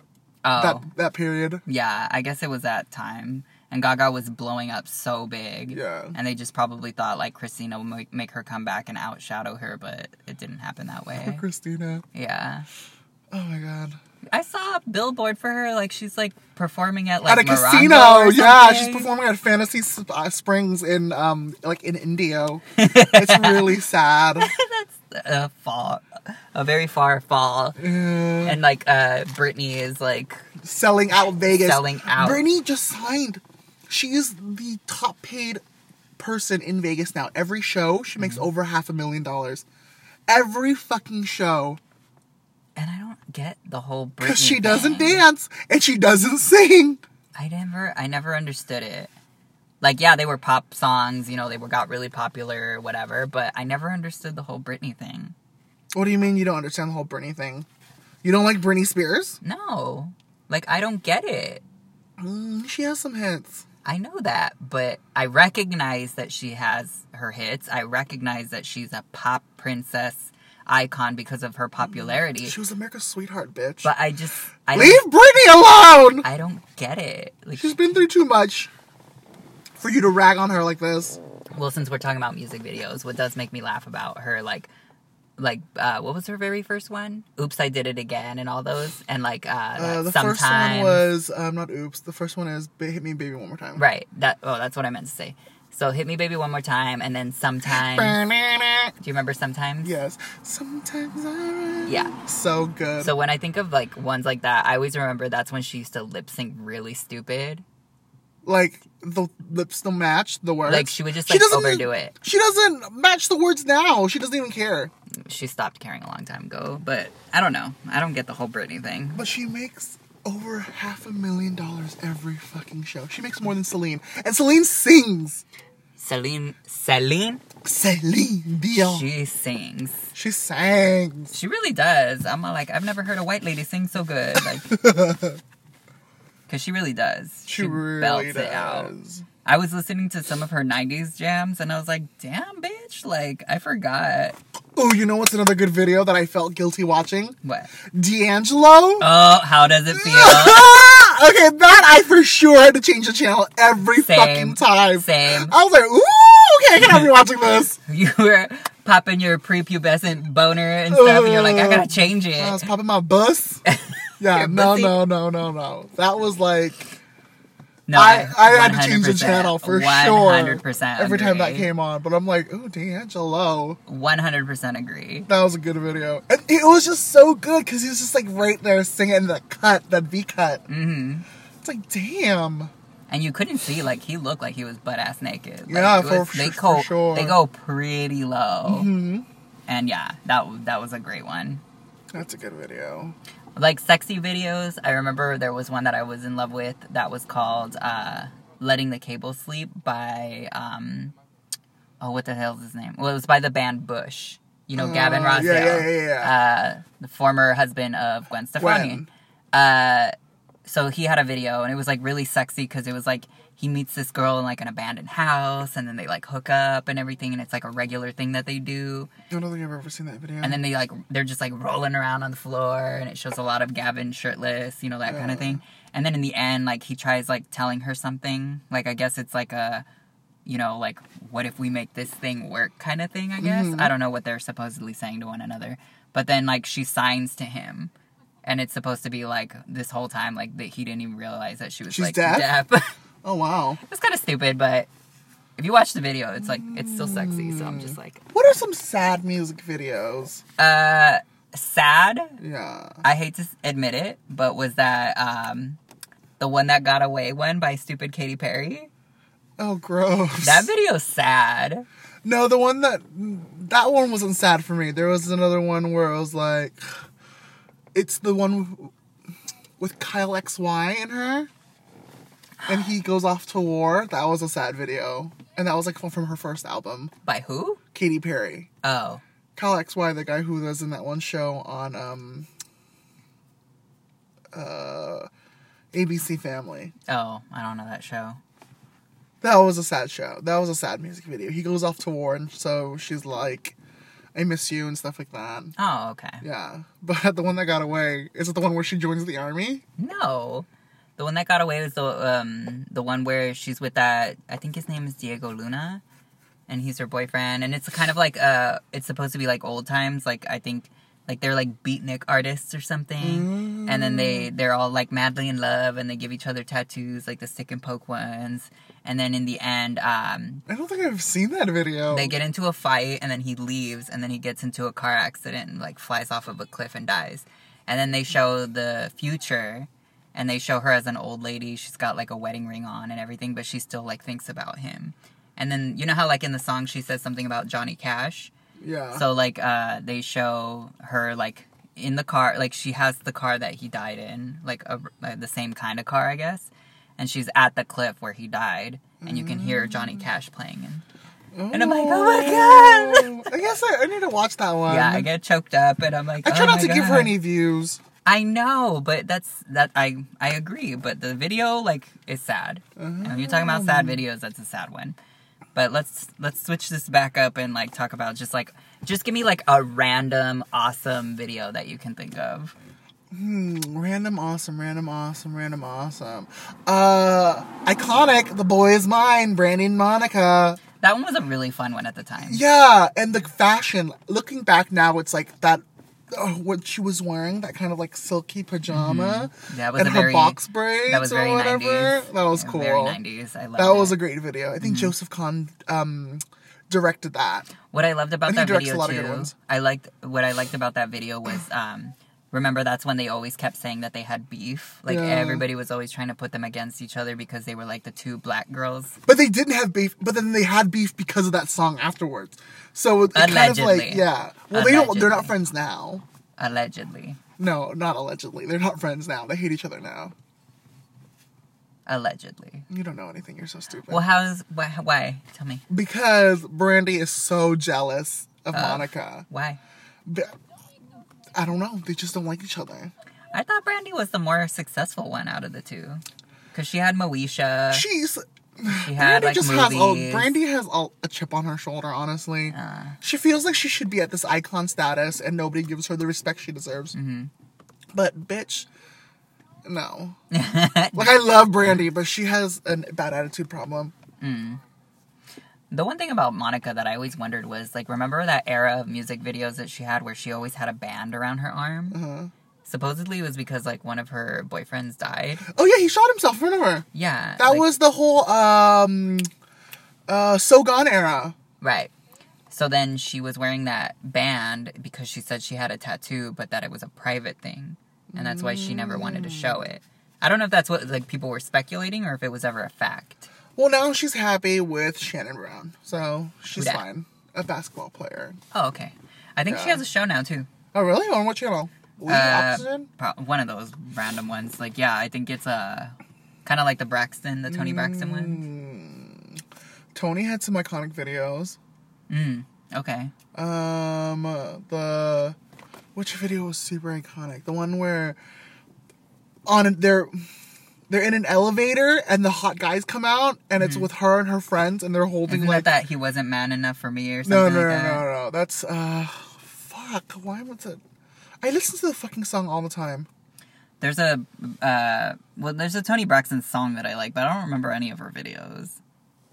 Speaker 2: oh
Speaker 1: that that period.
Speaker 2: Yeah, I guess it was that time. And Gaga was blowing up so big.
Speaker 1: Yeah.
Speaker 2: And they just probably thought like Christina would make- make her come back and outshadow her, but it didn't happen that
Speaker 1: Poor
Speaker 2: way.
Speaker 1: Christina.
Speaker 2: Yeah.
Speaker 1: Oh my god.
Speaker 2: I saw a billboard for her. Like she's like performing at like
Speaker 1: At a
Speaker 2: Morongo
Speaker 1: casino,
Speaker 2: or
Speaker 1: yeah, she's
Speaker 2: something.
Speaker 1: performing at Fantasy Sp- uh, Springs in um like in Indio. it's really sad.
Speaker 2: A fall, a very far fall.
Speaker 1: Yeah.
Speaker 2: And like uh Britney is like
Speaker 1: selling out Vegas.
Speaker 2: Selling out.
Speaker 1: Britney just signed. She is the top paid person in Vegas now. Every show, she
Speaker 2: Mm-hmm.
Speaker 1: makes over half a million dollars. Every fucking show.
Speaker 2: and I don't get the whole Britney
Speaker 1: Because she doesn't
Speaker 2: thing.
Speaker 1: dance and she doesn't sing.
Speaker 2: I never I never understood it. Like yeah, they were pop songs, you know, they were got really popular or whatever, but I never understood the whole Britney thing.
Speaker 1: What do you mean you don't understand the whole Britney thing? You don't like Britney Spears?
Speaker 2: No. Like I don't get it.
Speaker 1: Mm, she has some hits.
Speaker 2: I know that, but I recognize that she has her hits. I recognize that she's a pop princess icon because of her popularity.
Speaker 1: She was America's sweetheart, bitch.
Speaker 2: But I just I
Speaker 1: Leave
Speaker 2: don't,
Speaker 1: Britney alone!
Speaker 2: I don't get it. Like
Speaker 1: She's been through too much for you to rag on her like this.
Speaker 2: well since we're talking about music videos what does make me laugh about her like like uh what was her very first one oops i did it again and all those and like uh,
Speaker 1: Uh,
Speaker 2: that
Speaker 1: the
Speaker 2: sometimes
Speaker 1: first one was um, not oops. The first one is ba- hit me, baby, one more time.
Speaker 2: right that oh that's what i meant to say so hit me baby one more time and then sometimes
Speaker 1: Right.
Speaker 2: do you remember sometimes
Speaker 1: Yes. Sometimes I.
Speaker 2: Yeah.
Speaker 1: So good.
Speaker 2: so when i think of like ones like that i always remember that's when she used to lip sync really stupid
Speaker 1: like the lips don't match the words.
Speaker 2: like she would just
Speaker 1: She
Speaker 2: like
Speaker 1: doesn't-
Speaker 2: overdo it
Speaker 1: She doesn't match the words now. She doesn't even care.
Speaker 2: she stopped caring a long time ago but i don't know i don't get the whole britney thing
Speaker 1: But she makes over half a million dollars every fucking show. She makes more than Celine. And Celine sings.
Speaker 2: celine celine
Speaker 1: Celine Dion. She,
Speaker 2: she sings
Speaker 1: sings.
Speaker 2: She really does. I'm all like, I've never heard a white lady sing so good. Like, because she really does.
Speaker 1: She, really
Speaker 2: belts
Speaker 1: does.
Speaker 2: it out. I was listening to some of her '90s jams, and I was like, damn, bitch! Like, I forgot
Speaker 1: Oh, you know what's another good video that I felt guilty watching?
Speaker 2: what.
Speaker 1: D'Angelo.
Speaker 2: Oh, how does it feel?
Speaker 1: okay, that I for sure had to change the channel every
Speaker 2: Same.
Speaker 1: fucking time.
Speaker 2: Same.
Speaker 1: I was like, ooh, okay, I can have you watching this.
Speaker 2: You were popping your prepubescent boner and stuff, and you're like, I
Speaker 1: Uh,
Speaker 2: gotta change it.
Speaker 1: I was popping my bus. Yeah,
Speaker 2: Your
Speaker 1: no,
Speaker 2: bussy.
Speaker 1: no, no, no, no. That was like
Speaker 2: No,
Speaker 1: I, I had to change the
Speaker 2: 100%,
Speaker 1: channel for
Speaker 2: 100%
Speaker 1: sure. Every
Speaker 2: agree.
Speaker 1: time that came on, but I'm like, oh, D'Angelo,
Speaker 2: 100% agree.
Speaker 1: that was a good video, and it was just so good because he was just like right there singing the cut, that V cut.
Speaker 2: hmm
Speaker 1: It's like, damn.
Speaker 2: And you couldn't see, like, he looked like he was butt ass naked. Like,
Speaker 1: Yeah,
Speaker 2: it
Speaker 1: for-
Speaker 2: was- they
Speaker 1: for
Speaker 2: go,
Speaker 1: sure.
Speaker 2: They go pretty low.
Speaker 1: Mhm.
Speaker 2: And yeah, that, w- that was a great one.
Speaker 1: That's a good video.
Speaker 2: Like, sexy videos, I remember there was one that I was in love with that was called uh, Letting the Cable Sleep by, um, oh, what the hell's his name? Well, it was by the band Bush. You know, Gavin
Speaker 1: Uh,
Speaker 2: Rossdale.
Speaker 1: yeah, yeah, yeah, yeah.
Speaker 2: Uh, the former husband of Gwen Stefani.
Speaker 1: Gwen.
Speaker 2: Uh, so he had a video and it was like really sexy because it was like he meets this girl in like an abandoned house and then they like hook up and everything and it's like a regular thing that they do
Speaker 1: I don't think I've ever seen that video.
Speaker 2: and then they like they're just like rolling around on the floor and it shows a lot of gavin shirtless you know that kind of thing and then in the end like he tries like telling her something like i guess it's like a you know like what if we make this thing work kind of thing i guess
Speaker 1: Mm-hmm.
Speaker 2: i don't know what they're supposedly saying to one another but then like she signs to him and it's supposed to be like this whole time like that he didn't even realize that she was
Speaker 1: She's
Speaker 2: like
Speaker 1: deaf?
Speaker 2: deaf.
Speaker 1: oh wow.
Speaker 2: it's kind of stupid but if you watch the video it's like it's still sexy so
Speaker 1: Mm.
Speaker 2: i'm just like
Speaker 1: What are some sad music videos?
Speaker 2: uh sad
Speaker 1: Yeah.
Speaker 2: I hate to s- admit it, but was that um, the one that got away one by stupid Katy Perry?
Speaker 1: Oh, gross.
Speaker 2: That video's sad.
Speaker 1: no, the one that that one wasn't sad for me. There was another one where I was like, it's the one with Kyle X Y in her, and he goes off to war. That was a sad video, and that was like from her first album,
Speaker 2: By who?
Speaker 1: Katy Perry.
Speaker 2: Oh,
Speaker 1: Kyle X Y, the guy who was in that one show on um uh ABC Family.
Speaker 2: oh, I don't know that show.
Speaker 1: That was a sad show. That was a sad music video. He goes off to war, and so she's like, "I miss you" and stuff like that.
Speaker 2: Oh, okay.
Speaker 1: Yeah, but the one that got away is it the one where she joins the army?
Speaker 2: No, the one that got away was the um, the one where she's with that. I think his name is Diego Luna, and he's her boyfriend. And it's kind of like uh, it's supposed to be like old times. Like I think. Like they're like beatnik artists or something, and then they they're all like madly in love, and they give each other tattoos, like the stick and poke ones. And then in the end, um,
Speaker 1: I don't think I've seen that video.
Speaker 2: they get into a fight and then he leaves and then he gets into a car accident and like flies off of a cliff and dies and then they show the future and they show her as an old lady she's got like a wedding ring on and everything but she still like thinks about him and then you know how like in the song she says something about johnny cash
Speaker 1: yeah.
Speaker 2: so like uh they show her like in the car like she has the car that he died in like a, uh, the same kind of car i guess and she's at the cliff where he died and you can hear johnny
Speaker 1: Mm.
Speaker 2: cash playing and and I'm like, oh my
Speaker 1: Oh, I guess I, I need to watch that one.
Speaker 2: yeah, I get choked up, and I'm like,
Speaker 1: I try
Speaker 2: "Oh
Speaker 1: not
Speaker 2: my
Speaker 1: to give her
Speaker 2: God."
Speaker 1: any views.
Speaker 2: I know, but that's that. I I agree, but the video like is sad. And when you're talking about sad
Speaker 1: Mm.
Speaker 2: videos, that's a sad one. But let's let's switch this back up and like talk about just like just give me like a random awesome video that you can think of.
Speaker 1: Hmm, random awesome, random awesome, random awesome. Uh, iconic. The boy is mine. Brandon Monica.
Speaker 2: That one was a really fun one at the time.
Speaker 1: Yeah, and the fashion. Looking back now, it's like that. Uh, what she was wearing, that kind of like silky pajama,
Speaker 2: Mm-hmm. That was
Speaker 1: and
Speaker 2: a
Speaker 1: her
Speaker 2: very
Speaker 1: box braids
Speaker 2: that was
Speaker 1: or
Speaker 2: very
Speaker 1: whatever.
Speaker 2: 90s.
Speaker 1: That was
Speaker 2: Yeah,
Speaker 1: cool.
Speaker 2: Very 90s. I love
Speaker 1: that was a great video.
Speaker 2: Mm-hmm.
Speaker 1: I think Joseph Kahn um, directed that.
Speaker 2: What I loved about
Speaker 1: And he
Speaker 2: that
Speaker 1: directs
Speaker 2: video
Speaker 1: a lot
Speaker 2: too,
Speaker 1: of good ones.
Speaker 2: I liked what I liked about that video was um remember that's when they always kept saying that they had beef. Like
Speaker 1: Yeah.
Speaker 2: everybody was always trying to put them against each other because they were like the two black girls.
Speaker 1: But they didn't have beef. But then they had beef because of that song afterwards. So it, it kind of like
Speaker 2: Allegedly.
Speaker 1: yeah. Well, they don't. They're not
Speaker 2: Allegedly.
Speaker 1: friends now.
Speaker 2: Allegedly.
Speaker 1: No, not allegedly. They're not friends now. They hate each other now.
Speaker 2: Allegedly.
Speaker 1: You don't know anything. You're so stupid.
Speaker 2: Well, how's why, why? Tell me.
Speaker 1: because Brandy is so jealous of
Speaker 2: Uh.
Speaker 1: Monica.
Speaker 2: Why?
Speaker 1: B- I don't know. They just don't like each other.
Speaker 2: I thought Brandy was the more successful one out of the two. Cuz she had Moesha. She,
Speaker 1: She's
Speaker 2: Uh. had
Speaker 1: Brandy
Speaker 2: like
Speaker 1: just
Speaker 2: movies. Uh.
Speaker 1: has a, Brandy has a, a chip on her shoulder. Honestly, she feels like she should be at this icon status, and nobody gives her the respect she deserves.
Speaker 2: Mm-hmm.
Speaker 1: But bitch, no. like I love Brandy, but she has a bad attitude problem.
Speaker 2: The one thing about Monica that I always wondered was like, remember that era of music videos that she had where she always had a band around her arm?
Speaker 1: Uh-huh.
Speaker 2: Supposedly it was because like one of her boyfriends died.
Speaker 1: Oh yeah, he shot himself. Remember
Speaker 2: Yeah.
Speaker 1: that
Speaker 2: like-
Speaker 1: was the whole um, uh, So Gone era.
Speaker 2: Right. So then she was wearing that band because she said she had a tattoo, but that it was a private thing. And that's why she never wanted to show it. I don't know if that's what like people were speculating or if it was ever a fact.
Speaker 1: Well, now she's happy with Shannon Brown, so she's
Speaker 2: Who dat?
Speaker 1: fine. A basketball player.
Speaker 2: Oh, okay. I think she
Speaker 1: Yeah.
Speaker 2: has a show now too.
Speaker 1: Oh really? On what channel? Lee
Speaker 2: Uh,
Speaker 1: Oxygen.
Speaker 2: pro- one of those random ones. Like yeah, I think it's uh, kind of like the Braxton, the Tony Braxton one.
Speaker 1: Tony had some iconic videos.
Speaker 2: Mm. Okay.
Speaker 1: Um, the which video was super iconic? The one where on they're they're in an elevator and the hot guys come out and
Speaker 2: Mm-hmm.
Speaker 1: it's with her and her friends and they're holding
Speaker 2: Isn't
Speaker 1: like
Speaker 2: that that he wasn't man enough for me or
Speaker 1: no
Speaker 2: something
Speaker 1: no no, no
Speaker 2: like that?
Speaker 1: no no that's uh fuck why was it? I listen to the fucking song all the time.
Speaker 2: There's a uh, well, there's a Tony Braxton song that I like, but I don't remember any of her videos.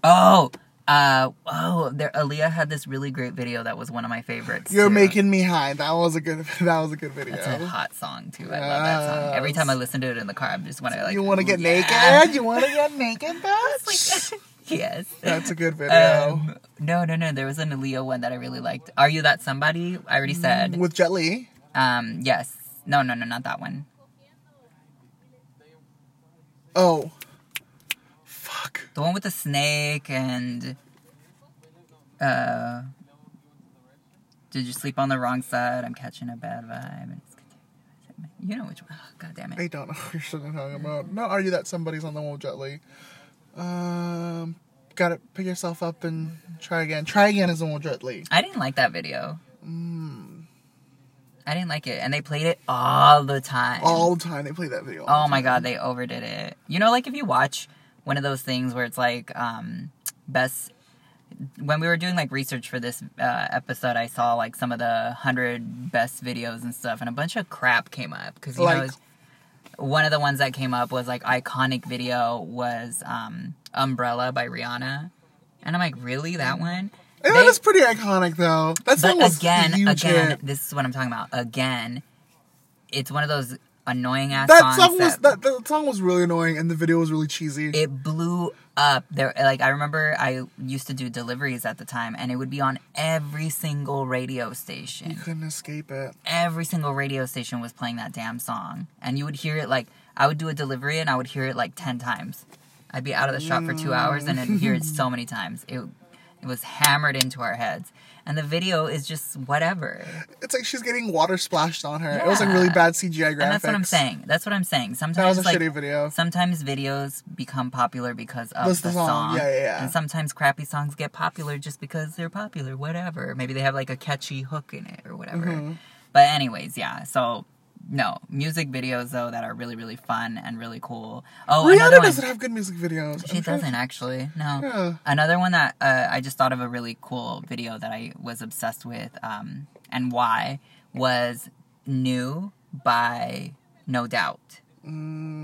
Speaker 2: Oh, uh, oh, there, Aaliyah had this really great video that was one of my favorites.
Speaker 1: You're
Speaker 2: too.
Speaker 1: making me high. That was a good that was a good video.
Speaker 2: That's a hot song too. I love that song. Every time I listen to it in the car, I'm just want to like.
Speaker 1: you want to get
Speaker 2: yeah.
Speaker 1: naked? You want to get naked? That's
Speaker 2: yes.
Speaker 1: that's a good video.
Speaker 2: Um, no, no, no. There was an Aaliyah one that I really liked. Are you that somebody? I already said.
Speaker 1: With Jet Li.
Speaker 2: Um, yes. No, no, no, not that one.
Speaker 1: Oh. Fuck.
Speaker 2: The one with the snake and uh Did you sleep on the wrong side? I'm catching a bad vibe. and it's continuing. You know which one. Oh, God damn
Speaker 1: I
Speaker 2: it.
Speaker 1: don't know what you're sitting talking about. No, are you that somebody's on the one with Jet Li? Um, gotta pick yourself up and try again. Try again is the one with Jet Li.
Speaker 2: I didn't like that video.
Speaker 1: Mm.
Speaker 2: I didn't like it. And they played it all the time.
Speaker 1: All the time they play that video.
Speaker 2: oh my god, they overdid it. You know, like if you watch one of those things where it's like um best when we were doing like research for this uh, episode, I saw like some of the hundred best videos and stuff, and a bunch of crap came up because you know
Speaker 1: Like-
Speaker 2: it's- one of the ones that came up was like iconic video was um Umbrella by Rihanna, and I'm like, really that one?
Speaker 1: And
Speaker 2: They-
Speaker 1: that is pretty iconic though. Mm. That song
Speaker 2: but
Speaker 1: was
Speaker 2: again,
Speaker 1: huge
Speaker 2: again,
Speaker 1: hit.
Speaker 2: this is what I'm talking about. Again, it's one of those annoying ass
Speaker 1: That
Speaker 2: songs
Speaker 1: song was
Speaker 2: that-
Speaker 1: that, that song was really annoying and the video was really cheesy.
Speaker 2: it blew up there like i remember i used to do deliveries at the time and it would be on every single radio
Speaker 1: you
Speaker 2: station
Speaker 1: couldn't escape it.
Speaker 2: every single radio station was playing that damn song and you would hear it like i would do a delivery and i would hear it like 10 times i'd be out of the shop for two hours and then hear it so many times it, it was hammered into our heads and the video is just whatever
Speaker 1: It's like she's getting water splashed on her. It was like
Speaker 2: Yeah.
Speaker 1: really bad CGI graphics.
Speaker 2: and that's what i'm saying that's what i'm saying
Speaker 1: That
Speaker 2: sometimes
Speaker 1: was a
Speaker 2: like
Speaker 1: shitty video.
Speaker 2: sometimes videos become popular because of
Speaker 1: That's
Speaker 2: the,
Speaker 1: the
Speaker 2: song.
Speaker 1: song. Yeah, yeah, yeah.
Speaker 2: And sometimes crappy songs get popular just because they're popular, whatever. Maybe they have like a catchy hook in it or whatever.
Speaker 1: Mm-hmm.
Speaker 2: But anyways, yeah. So no, music videos though that are really really fun and really cool. Oh, another
Speaker 1: Rihanna
Speaker 2: one.
Speaker 1: doesn't have good music videos.
Speaker 2: She
Speaker 1: I'm trying to-
Speaker 2: doesn't actually. No.
Speaker 1: Yeah.
Speaker 2: Another one that uh, I just thought of a really cool video that I was obsessed with um, and why was New by No Doubt.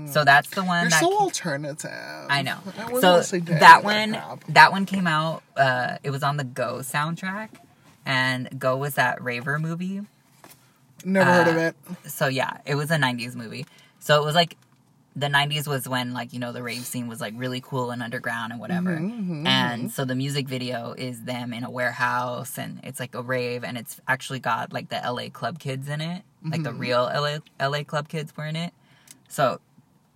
Speaker 2: So that's the one
Speaker 1: Mm. You're
Speaker 2: that
Speaker 1: so
Speaker 2: ca-
Speaker 1: alternative.
Speaker 2: I know.
Speaker 1: wouldn't
Speaker 2: so
Speaker 1: wanna say dang
Speaker 2: that
Speaker 1: to
Speaker 2: one
Speaker 1: crap.
Speaker 2: that one came out uh, it was on the Go soundtrack and Go was that Raver movie.
Speaker 1: Never heard of
Speaker 2: uh,
Speaker 1: it.
Speaker 2: So yeah, it was a 90s movie. So it was like the 90s was when like you know the rave scene was like really cool and underground and whatever.
Speaker 1: Mm-hmm,
Speaker 2: and so the music video is them in a warehouse and it's like a rave and it's actually got like the LA club kids in it. Like
Speaker 1: Mm-hmm.
Speaker 2: the real LA LA club kids were in it. So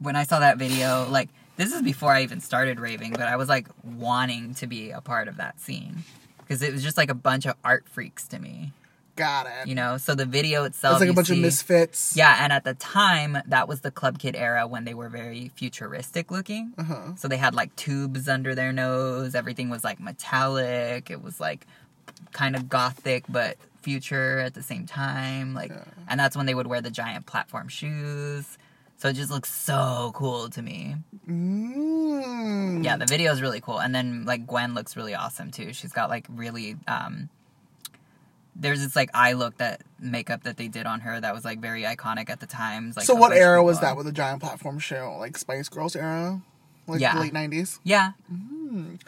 Speaker 2: when I saw that video, like this is before I even started raving, but I was like wanting to be a part of that scene because it was just like a bunch of art freaks to me,
Speaker 1: Got it.
Speaker 2: you know. So the video itself,
Speaker 1: It's like a
Speaker 2: you
Speaker 1: bunch of
Speaker 2: see-
Speaker 1: misfits.
Speaker 2: yeah, and at the time, that was the club kid era when they were very futuristic looking.
Speaker 1: Uh-huh.
Speaker 2: So they had like tubes under their nose. Everything was like metallic. It was like kind of gothic, but future at the same time. Like, and that's when they would wear the giant platform shoes. So it just looks so cool to me.
Speaker 1: Mm.
Speaker 2: Yeah, the video is really cool. And then like Gwen looks really awesome too. She's got like really um there's this like eye look that makeup that they did on her that was like very iconic at the time. Like
Speaker 1: so
Speaker 2: a
Speaker 1: what
Speaker 2: bunch of
Speaker 1: era was
Speaker 2: people-
Speaker 1: that with the giant platform show? Like Spice Girls era? Like
Speaker 2: Yeah.
Speaker 1: the late nineties?
Speaker 2: Yeah.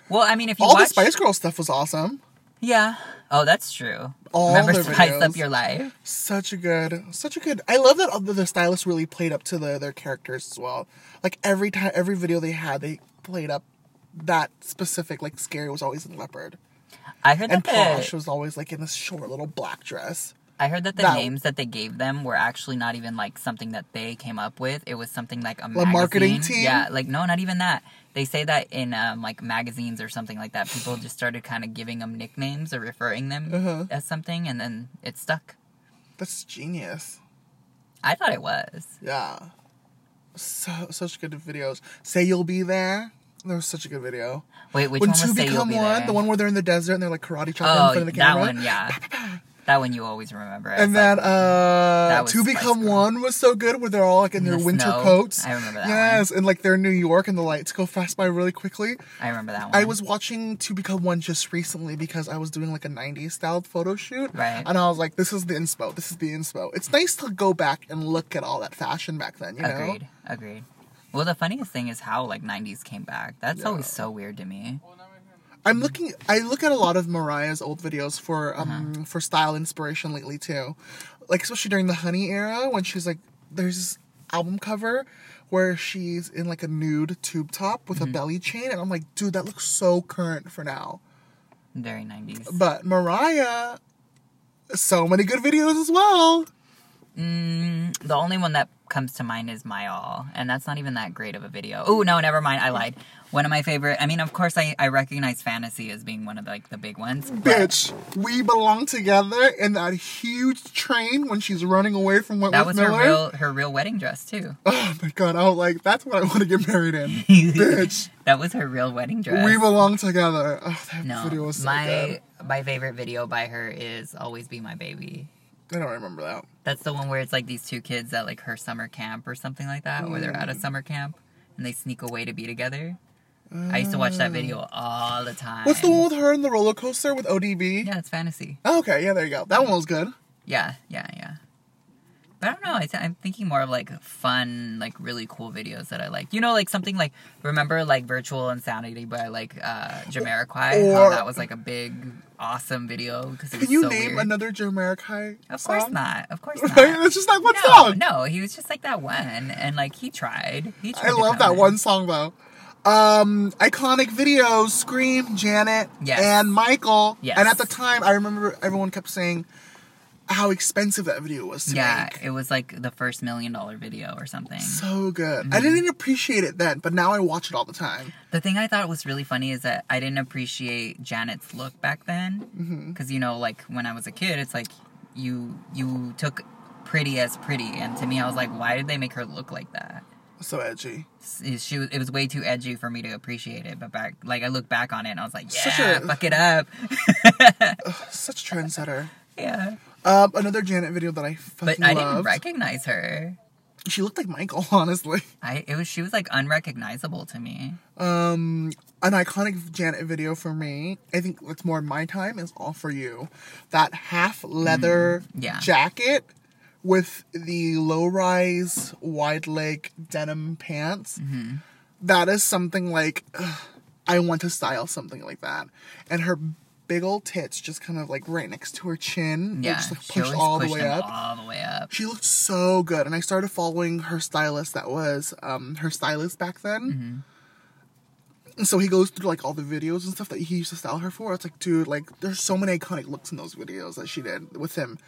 Speaker 2: Well, I mean, if you
Speaker 1: Mm-hmm. All
Speaker 2: watch,
Speaker 1: the Spice Girl stuff was awesome.
Speaker 2: yeah. Oh, that's true.
Speaker 1: All
Speaker 2: Remember,
Speaker 1: their
Speaker 2: spice
Speaker 1: videos.
Speaker 2: up your life.
Speaker 1: Such a good, such a good. I love that all the, the stylists really played up to the, their characters as well. Like every time, every video they had, they played up that specific. Like Scary was always in leopard,
Speaker 2: I heard
Speaker 1: and
Speaker 2: that the,
Speaker 1: Posh was always like in this short little black dress.
Speaker 2: I heard that the
Speaker 1: that-
Speaker 2: names that they gave them were actually not even like something that they came up with. It was something like a
Speaker 1: Like marketing
Speaker 2: magazine.
Speaker 1: team?
Speaker 2: Yeah, like no, not even that. They say that in um, like magazines or something like that. People just started kind of giving them nicknames or referring them
Speaker 1: Uh-huh.
Speaker 2: as something, and then it stuck.
Speaker 1: That's genius.
Speaker 2: I thought it was.
Speaker 1: Yeah, so such good videos. Say you'll be there. That was such a good video.
Speaker 2: Wait, which
Speaker 1: when
Speaker 2: one
Speaker 1: two
Speaker 2: was say you'll
Speaker 1: become
Speaker 2: be
Speaker 1: one,
Speaker 2: there?
Speaker 1: the one where they're in the desert and they're like karate chopping in
Speaker 2: Oh,
Speaker 1: front of the
Speaker 2: that
Speaker 1: camera.
Speaker 2: one, yeah. that one you always remember. I
Speaker 1: And
Speaker 2: was like,
Speaker 1: then uh,
Speaker 2: was
Speaker 1: Two
Speaker 2: Spice
Speaker 1: Become
Speaker 2: Girl.
Speaker 1: One was so good where they're all like in,
Speaker 2: In
Speaker 1: their
Speaker 2: the
Speaker 1: winter
Speaker 2: snow.
Speaker 1: coats.
Speaker 2: I remember that
Speaker 1: Yes, and like they're in New York and the lights go fast by really quickly.
Speaker 2: I remember that one.
Speaker 1: I was watching Two Become One just recently because I was doing like a 90s style photo shoot.
Speaker 2: Right.
Speaker 1: And I was like, this is the inspo. This is the inspo. It's nice to go back and look at all that fashion back then, you know?
Speaker 2: agreed. Agreed. Well, the funniest thing is how like '90s came back. That's
Speaker 1: Yeah.
Speaker 2: always so weird to me.
Speaker 1: I'm looking. I look at a lot of Mariah's old videos for um
Speaker 2: Uh-huh.
Speaker 1: for style inspiration lately too, like especially during the Honey era when she's like, there's this album cover where she's in like a nude tube top with
Speaker 2: Mm-hmm.
Speaker 1: a belly chain, and I'm like, dude, that looks so current for now.
Speaker 2: Very '90s.
Speaker 1: But Mariah, so many good videos as well.
Speaker 2: Mm, the only one that comes to mind is my all, and that's not even that great of a video. Oh no, never mind. I lied. One of my favorite. I mean, of course, I, I recognize fantasy as being one of like the big ones. but-
Speaker 1: Bitch, we belong together in that huge train when she's running away from Wentworth
Speaker 2: that was
Speaker 1: Miller.
Speaker 2: her real her real wedding dress too.
Speaker 1: oh my god, I was like, that's what I want to get married in, bitch.
Speaker 2: That was her real wedding dress.
Speaker 1: We belong together. Oh, that
Speaker 2: no,
Speaker 1: video was so
Speaker 2: my
Speaker 1: good.
Speaker 2: my favorite video by her is "Always Be My Baby."
Speaker 1: I don't remember that.
Speaker 2: That's the one where it's like these two kids at like her summer camp or something like that, where they're at
Speaker 1: Mm.
Speaker 2: a summer camp and they sneak away to be together. I used to watch that video all the time.
Speaker 1: Mm. What's the one with her and the roller coaster with ODB?
Speaker 2: Yeah, it's fantasy.
Speaker 1: Oh, okay, yeah, there you go. That one was good.
Speaker 2: Yeah, yeah, yeah. But I don't know. I th- I'm thinking more of like fun, like really cool videos that I like. You know, like something like remember like Virtual Insanity by like uh Jamiroquai. how
Speaker 1: Or-
Speaker 2: that was like a big, awesome video because it was
Speaker 1: Can you
Speaker 2: so
Speaker 1: name
Speaker 2: weird.
Speaker 1: another Jamiroquai
Speaker 2: Of
Speaker 1: song?
Speaker 2: course not. Of course
Speaker 1: Right?
Speaker 2: not.
Speaker 1: It's just like one
Speaker 2: no,
Speaker 1: song.
Speaker 2: No, he was just like that one, and like he tried. He tried
Speaker 1: I
Speaker 2: to
Speaker 1: love
Speaker 2: come
Speaker 1: that
Speaker 2: in.
Speaker 1: one song though. Um, iconic videos: Scream, Janet,
Speaker 2: Yes.
Speaker 1: and Michael.
Speaker 2: Yes.
Speaker 1: And at the time, I remember everyone kept saying how expensive that video was to
Speaker 2: Yeah,
Speaker 1: make.
Speaker 2: it was like the first million dollar video or something.
Speaker 1: So good.
Speaker 2: Mm-hmm.
Speaker 1: I didn't even appreciate it then, but now I watch it all the time.
Speaker 2: The thing I thought was really funny is that I didn't appreciate Janet's look
Speaker 1: Mm-hmm.
Speaker 2: back then, because you know, like when I was a kid, it's like you you took pretty as pretty, and to me, I was like, why did they make her look like that?
Speaker 1: So edgy.
Speaker 2: S- She was, it was way too edgy for me to appreciate it. But back, like I look back on it, and I was like,
Speaker 1: Such
Speaker 2: yeah,
Speaker 1: a-
Speaker 2: fuck it up,
Speaker 1: Such a trendsetter.
Speaker 2: yeah.
Speaker 1: Um, another Janet video that I fucking
Speaker 2: But I didn't
Speaker 1: loved.
Speaker 2: recognize her.
Speaker 1: she looked like Michael, honestly.
Speaker 2: I it was she was like unrecognizable to me.
Speaker 1: Um, an iconic Janet video for me. I think what's more in my time is all for you. That half leather
Speaker 2: Mm, yeah.
Speaker 1: jacket with the low rise wide leg denim pants.
Speaker 2: Mm-hmm.
Speaker 1: That is something like ugh, I want to style something like that. And her big old tits just kind of like right next to her chin. Yeah,
Speaker 2: Yeah,
Speaker 1: just like
Speaker 2: she
Speaker 1: pushed
Speaker 2: always
Speaker 1: all the
Speaker 2: pushed
Speaker 1: way
Speaker 2: them
Speaker 1: up.
Speaker 2: all the way up.
Speaker 1: She looked so good, and I started following her stylist. That was um, her stylist back then.
Speaker 2: Mm-hmm.
Speaker 1: And so he goes through like all the videos and stuff that he used to style her for. It's like, dude, like there's so many iconic looks in those videos that she did with him.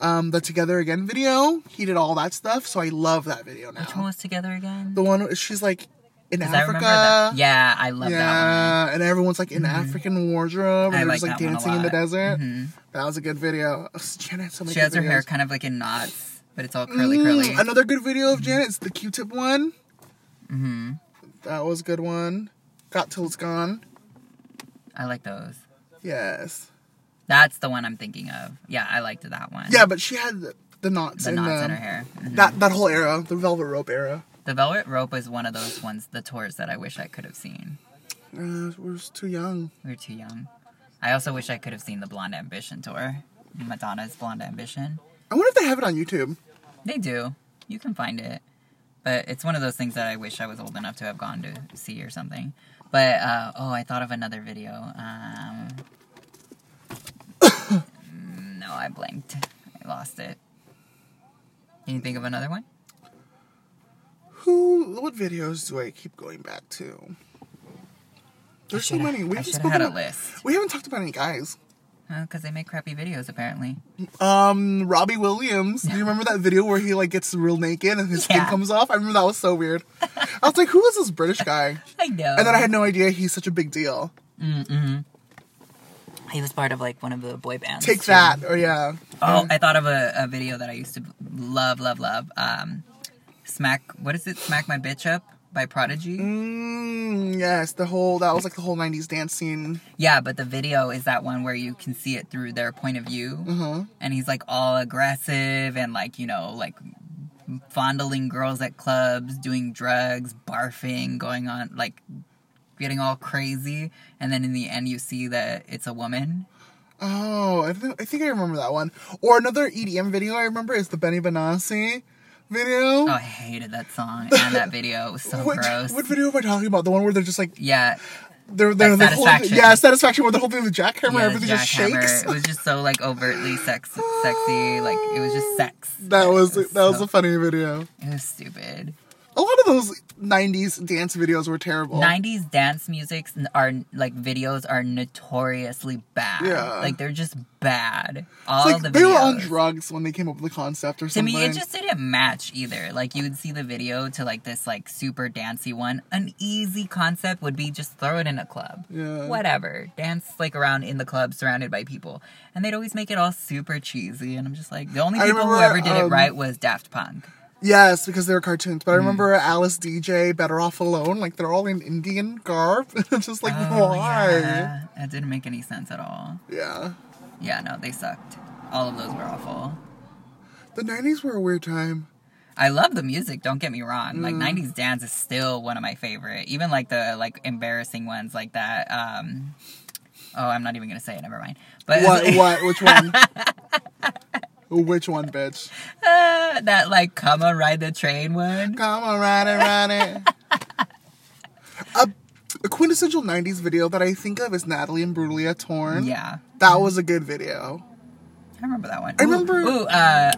Speaker 1: Um, the Together Again video, he did all that stuff. So I love that video now.
Speaker 2: Which one was together again?
Speaker 1: The one where she's like in
Speaker 2: 'Cause I remember
Speaker 1: Africa.
Speaker 2: that. Yeah, I love that one. Mm-hmm.
Speaker 1: Yeah, and everyone's like in African wardrobe, and
Speaker 2: I
Speaker 1: they're
Speaker 2: like
Speaker 1: just like
Speaker 2: that one a
Speaker 1: dancing in the
Speaker 2: lot. Mm-hmm.
Speaker 1: desert. That was a good video. Ugh, Janet had so many
Speaker 2: She has
Speaker 1: good
Speaker 2: her hair
Speaker 1: videos.
Speaker 2: kind of like in knots, but it's all curly,
Speaker 1: Mm,
Speaker 2: curly.
Speaker 1: Another good video of Janet's the Q-tip one. Mm-hmm. That was a good one. Got till it's gone.
Speaker 2: I like those.
Speaker 1: Yes.
Speaker 2: That's the one I'm thinking of. Yeah, I liked that one.
Speaker 1: Yeah, but she had the, the knots
Speaker 2: the
Speaker 1: in
Speaker 2: knots
Speaker 1: the,
Speaker 2: in her hair. Mhm.
Speaker 1: that that whole era, the velvet rope era.
Speaker 2: The velvet rope was one of those ones, the tours that I wish I could have seen.
Speaker 1: Uh, we're just too young.
Speaker 2: We were too young. I also wish I could have seen the Blonde Ambition tour, Madonna's Blonde Ambition.
Speaker 1: I wonder if they have it on YouTube.
Speaker 2: They do. You can find it. But it's one of those things that I wish I was old enough to have gone to see or something. But uh, oh, I thought of another video. Um, no, I blanked. I lost it. Can you think of another one?
Speaker 1: Who? What videos do I keep going back to? There's so
Speaker 2: shoulda-
Speaker 1: many. We
Speaker 2: I
Speaker 1: haven't
Speaker 2: shoulda
Speaker 1: spoken
Speaker 2: had a
Speaker 1: about-
Speaker 2: list.
Speaker 1: We haven't talked about any guys.
Speaker 2: Because they make crappy videos, apparently.
Speaker 1: Um, Robbie Williams. Do you remember that video where he like gets real naked and his skin
Speaker 2: Yeah.
Speaker 1: comes off? I remember that was so weird. I was like, who is this British guy?
Speaker 2: I know.
Speaker 1: And then I had no idea he's such a big deal.
Speaker 2: He was part of like one of the boy bands.
Speaker 1: Take
Speaker 2: too.
Speaker 1: that, or yeah.
Speaker 2: Oh,
Speaker 1: Mm.
Speaker 2: I thought of a, a video that I used to love, love, love. Um, smack. What is it? Smack my bitch up by Prodigy.
Speaker 1: Mm, yes, the whole that was like the whole '90s dance scene.
Speaker 2: Yeah, but the video is that one where you can see it through their point of view,
Speaker 1: Mm-hmm.
Speaker 2: and he's like all aggressive and like you know like fondling girls at clubs, doing drugs, barfing, going on like getting all crazy, and then in the end you see that it's a woman.
Speaker 1: Oh, I, th- I think I remember that one. Or another EDM video I remember is the Benny Benassi video.
Speaker 2: Oh, I hated that song and that video. It was so
Speaker 1: Which,
Speaker 2: gross.
Speaker 1: what video am I talking about? The one where they're just like
Speaker 2: yeah,
Speaker 1: they're they're
Speaker 2: That
Speaker 1: the whole
Speaker 2: Satisfaction.
Speaker 1: yeah satisfaction where they're holding the jackhammer
Speaker 2: yeah, the
Speaker 1: everything just
Speaker 2: jackhammer.
Speaker 1: shakes.
Speaker 2: It was just so like overtly sex, sexy. Like it was just sex.
Speaker 1: That was
Speaker 2: It
Speaker 1: that was
Speaker 2: so-
Speaker 1: a funny video.
Speaker 2: it was stupid.
Speaker 1: A lot of those '90s dance videos were terrible.
Speaker 2: 90s dance musics n- are like videos are notoriously bad.
Speaker 1: Yeah.
Speaker 2: Like they're just bad. All
Speaker 1: It's like
Speaker 2: the videos.
Speaker 1: they were on drugs when they came up with the concept or
Speaker 2: to
Speaker 1: something.
Speaker 2: me, it just didn't match either. Like you would see the video to like this like super dancey one. An easy concept would be just throw it in a club.
Speaker 1: Yeah.
Speaker 2: Whatever. Dance like around in the club surrounded by people. And they'd always make it all super cheesy. And I'm just like, the only
Speaker 1: I
Speaker 2: people who
Speaker 1: remember,
Speaker 2: ever did it
Speaker 1: um,
Speaker 2: right was Daft Punk.
Speaker 1: yes, because they were cartoons.
Speaker 2: Hmm.
Speaker 1: But I remember Alice DJ, Better Off Alone. Like they're all in Indian garb. it's just like
Speaker 2: Oh,
Speaker 1: why? Yeah.
Speaker 2: yeah. That didn't make any sense at all. Yeah, no, they sucked. All of those were awful.
Speaker 1: the '90s were a weird time.
Speaker 2: I love the music, don't get me wrong.
Speaker 1: Mm.
Speaker 2: Like 90s dance is still one of my favorite. Even like the like embarrassing ones like that um Oh, I'm not even going to say it. Never mind. But
Speaker 1: What? What? Which one? Which one, bitch?
Speaker 2: that like come on ride the train one.
Speaker 1: Come on, ride it, ride it. a, a quintessential '90s video that I think of is Natalie and Brulia Torn.
Speaker 2: Yeah.
Speaker 1: That was a good video.
Speaker 2: I remember that one.
Speaker 1: I
Speaker 2: Ooh,
Speaker 1: remember-
Speaker 2: Ooh, uh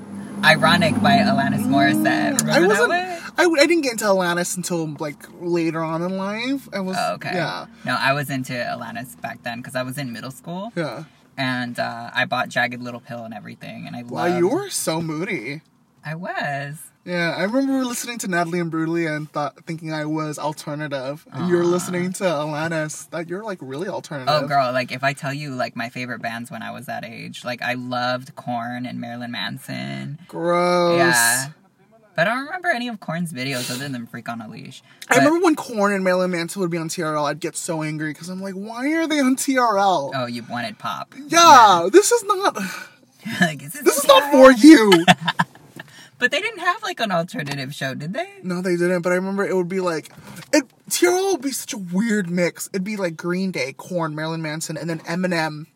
Speaker 2: Ironic by Alanis Morissette. Remember
Speaker 1: I wasn't.
Speaker 2: that one?
Speaker 1: I, I didn't get into Alanis until like later on in life. I was.
Speaker 2: Oh, okay.
Speaker 1: Yeah.
Speaker 2: No, I was into Alanis back then because I was in middle school
Speaker 1: Yeah.
Speaker 2: and uh, I bought Jagged Little Pill and everything, and I
Speaker 1: Wow,
Speaker 2: loved.
Speaker 1: you were so moody.
Speaker 2: I was.
Speaker 1: Yeah, I remember listening to Natalie and Brutally and thought, thinking I was alternative. And you were listening to Alanis, that you're like really alternative.
Speaker 2: Oh, girl, like if I tell you like my favorite bands when I was that age, like I loved Korn and Marilyn Manson.
Speaker 1: Gross.
Speaker 2: Yeah. But I don't remember any of Korn's videos other than Freak on a Leash.
Speaker 1: I
Speaker 2: But-
Speaker 1: remember when Korn and Marilyn Manson would be on TRL, I'd get so angry because I'm like, why are they on TRL?
Speaker 2: Oh, you wanted pop.
Speaker 1: yeah, this is not,
Speaker 2: like, is this,
Speaker 1: this is not for you.
Speaker 2: But they didn't have like an alternative show, did they?
Speaker 1: No, they didn't. But I remember it would be like, it TRL would be such a weird mix. It'd be like Green Day, Corn, Marilyn Manson, and then Eminem,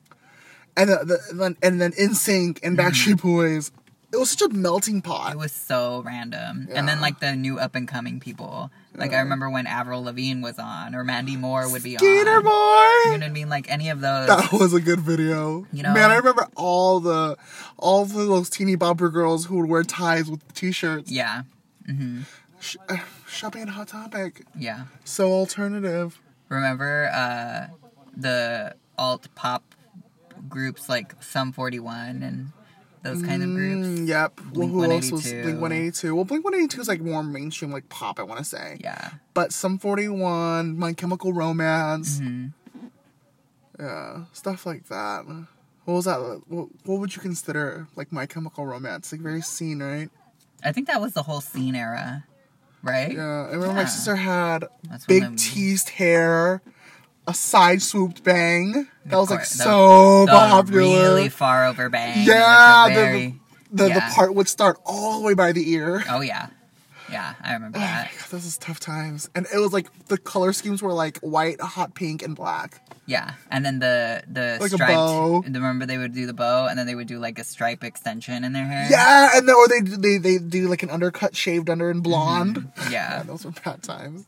Speaker 1: and the, the, then and then NSYNC and Backstreet Boys. It was such a melting pot.
Speaker 2: Mm-hmm. It was so random. And then
Speaker 1: Yeah.
Speaker 2: like the new up and coming people. Like I remember when Avril Lavigne was on or Mandy Moore would be
Speaker 1: Gator
Speaker 2: on. You know
Speaker 1: Boy.
Speaker 2: what I mean? Like any of those.
Speaker 1: That was a good video.
Speaker 2: You know-
Speaker 1: Man, I remember all the all the, those teeny bopper girls who would wear ties with t-shirts.
Speaker 2: Yeah.
Speaker 1: Sh- uh, shopping at Hot Topic.
Speaker 2: Yeah.
Speaker 1: So alternative.
Speaker 2: Remember uh, the alt pop groups like Sum 41 and those kind of groups?
Speaker 1: Mm, yep. Well, who else was
Speaker 2: 182.
Speaker 1: Blink 182? Well, Blink 182 is like more mainstream, like pop, I want to say.
Speaker 2: Yeah.
Speaker 1: But some 41, My Chemical Romance.
Speaker 2: Mm-hmm.
Speaker 1: Yeah, stuff like that. What was that? What, what would you consider like My Chemical Romance? Like very scene, right?
Speaker 2: I think that was the whole scene era, right?
Speaker 1: Yeah. I remember my
Speaker 2: Yeah.
Speaker 1: sister had
Speaker 2: That's when
Speaker 1: big
Speaker 2: the-
Speaker 1: teased hair, a side swooped bang. That was like
Speaker 2: course, the-
Speaker 1: so
Speaker 2: the
Speaker 1: popular.
Speaker 2: really far over bang. like,
Speaker 1: yeah,
Speaker 2: the
Speaker 1: the-
Speaker 2: very-
Speaker 1: the, the, the
Speaker 2: yeah.
Speaker 1: part would start all the way by the ear.
Speaker 2: Oh, yeah. Yeah, I remember
Speaker 1: Oh my
Speaker 2: that.
Speaker 1: God, this is tough times. And it was like the color schemes were like white, hot pink, and black.
Speaker 2: Yeah, and then the the
Speaker 1: Like a
Speaker 2: striped.
Speaker 1: bow.
Speaker 2: Remember they would do the bow, and then they would do like a stripe extension in their hair.
Speaker 1: Yeah, and then, or they they they do like an undercut, shaved under, and blonde.
Speaker 2: yeah.
Speaker 1: God, those were bad times.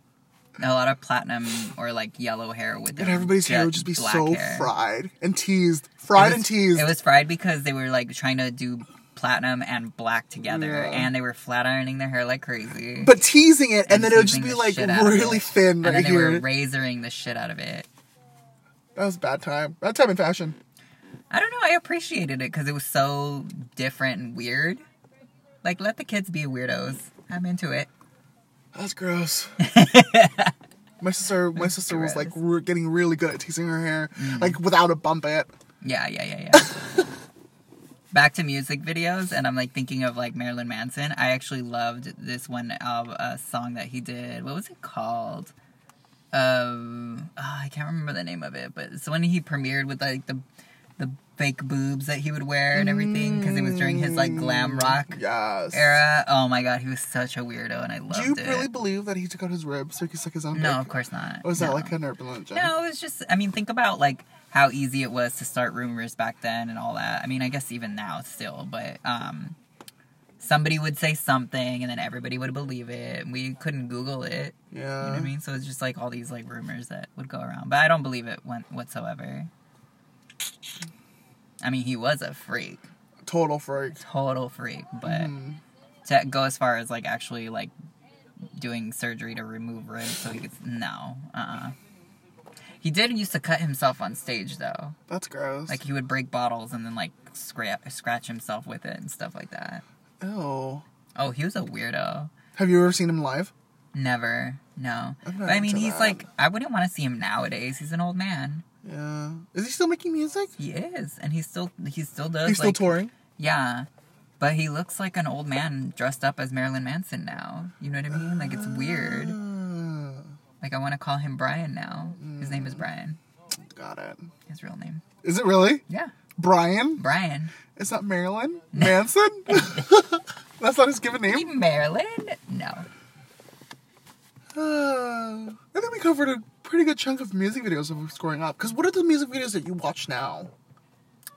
Speaker 2: A lot of platinum or like yellow hair with
Speaker 1: And
Speaker 2: their
Speaker 1: everybody's hair
Speaker 2: jet
Speaker 1: would just be
Speaker 2: black
Speaker 1: so
Speaker 2: hair.
Speaker 1: fried and teased,
Speaker 2: It
Speaker 1: fried
Speaker 2: was-
Speaker 1: and teased.
Speaker 2: It was fried because they were like trying to do platinum and black together,
Speaker 1: Yeah.
Speaker 2: and they were flat ironing their hair like crazy.
Speaker 1: but teasing it, and, then it would just
Speaker 2: keeping
Speaker 1: be
Speaker 2: the
Speaker 1: like
Speaker 2: shit out of
Speaker 1: really
Speaker 2: it.
Speaker 1: thin
Speaker 2: and
Speaker 1: right
Speaker 2: then they
Speaker 1: here.
Speaker 2: were razoring the shit out of it.
Speaker 1: that was a bad time. Bad time in fashion.
Speaker 2: I don't know. I appreciated it because it was so different and weird. Like, let the kids be weirdos. I'm into it.
Speaker 1: That's gross. my sister, my sister was like
Speaker 2: gross. Mm.
Speaker 1: re- getting really good at teasing her hair, like without a bump it.
Speaker 2: Yeah, yeah, yeah, yeah. Back to music videos, and I'm like thinking of like Marilyn Manson. I actually loved this one of a song that he did. What was it called? Um, oh, I can't remember the name of it, but it's the one he premiered with like the the fake boobs that he would wear and everything because it was during his like glam rock
Speaker 1: Yes.
Speaker 2: era. Oh my god, he was such a weirdo, and I loved
Speaker 1: Mm. Do you
Speaker 2: it.
Speaker 1: really believe that he took out his ribs so he could suck his own
Speaker 2: No,
Speaker 1: dick?
Speaker 2: of course not.
Speaker 1: Or was that
Speaker 2: No.
Speaker 1: like an urban legend?
Speaker 2: No, it was just. I mean, think about like how easy it was to start rumors back then and all that. I mean, I guess even now still, but um, somebody would say something and then everybody would believe it. and We couldn't Google it.
Speaker 1: Yeah.
Speaker 2: You know what I mean? So it's just like all these like rumors that would go around, but I don't believe it one whatsoever. I mean, he was a freak,
Speaker 1: Total freak.
Speaker 2: total freak, but to go as far as like actually like doing surgery to remove ribs so he could no uh-uh he did used to cut himself on stage though
Speaker 1: That's gross.
Speaker 2: like he would break bottles and then like scratch, scratch himself with it and stuff like that
Speaker 1: Ew.
Speaker 2: oh he was a weirdo
Speaker 1: Have you ever seen him live?
Speaker 2: never no
Speaker 1: I'm not
Speaker 2: but i mean
Speaker 1: into
Speaker 2: he's
Speaker 1: that.
Speaker 2: like i wouldn't want to see him nowadays he's an old man
Speaker 1: Yeah. Is he still making music?
Speaker 2: he is and he's still he still does
Speaker 1: He's still
Speaker 2: like,
Speaker 1: touring.
Speaker 2: Yeah. But he looks like an old man dressed up as Marilyn Manson now. You know what I mean? Like it's weird.
Speaker 1: Ah,
Speaker 2: Like I want to call him Brian now. His name is Brian.
Speaker 1: got it.
Speaker 2: His real name.
Speaker 1: Is it really
Speaker 2: Yeah.
Speaker 1: Brian?
Speaker 2: Brian.
Speaker 1: Is that Marilyn Manson? That's not his given name.
Speaker 2: Marilyn? No.
Speaker 1: Uh, I think we covered a pretty good chunk of music videos of us growing up. Because what are the music videos that you watch now?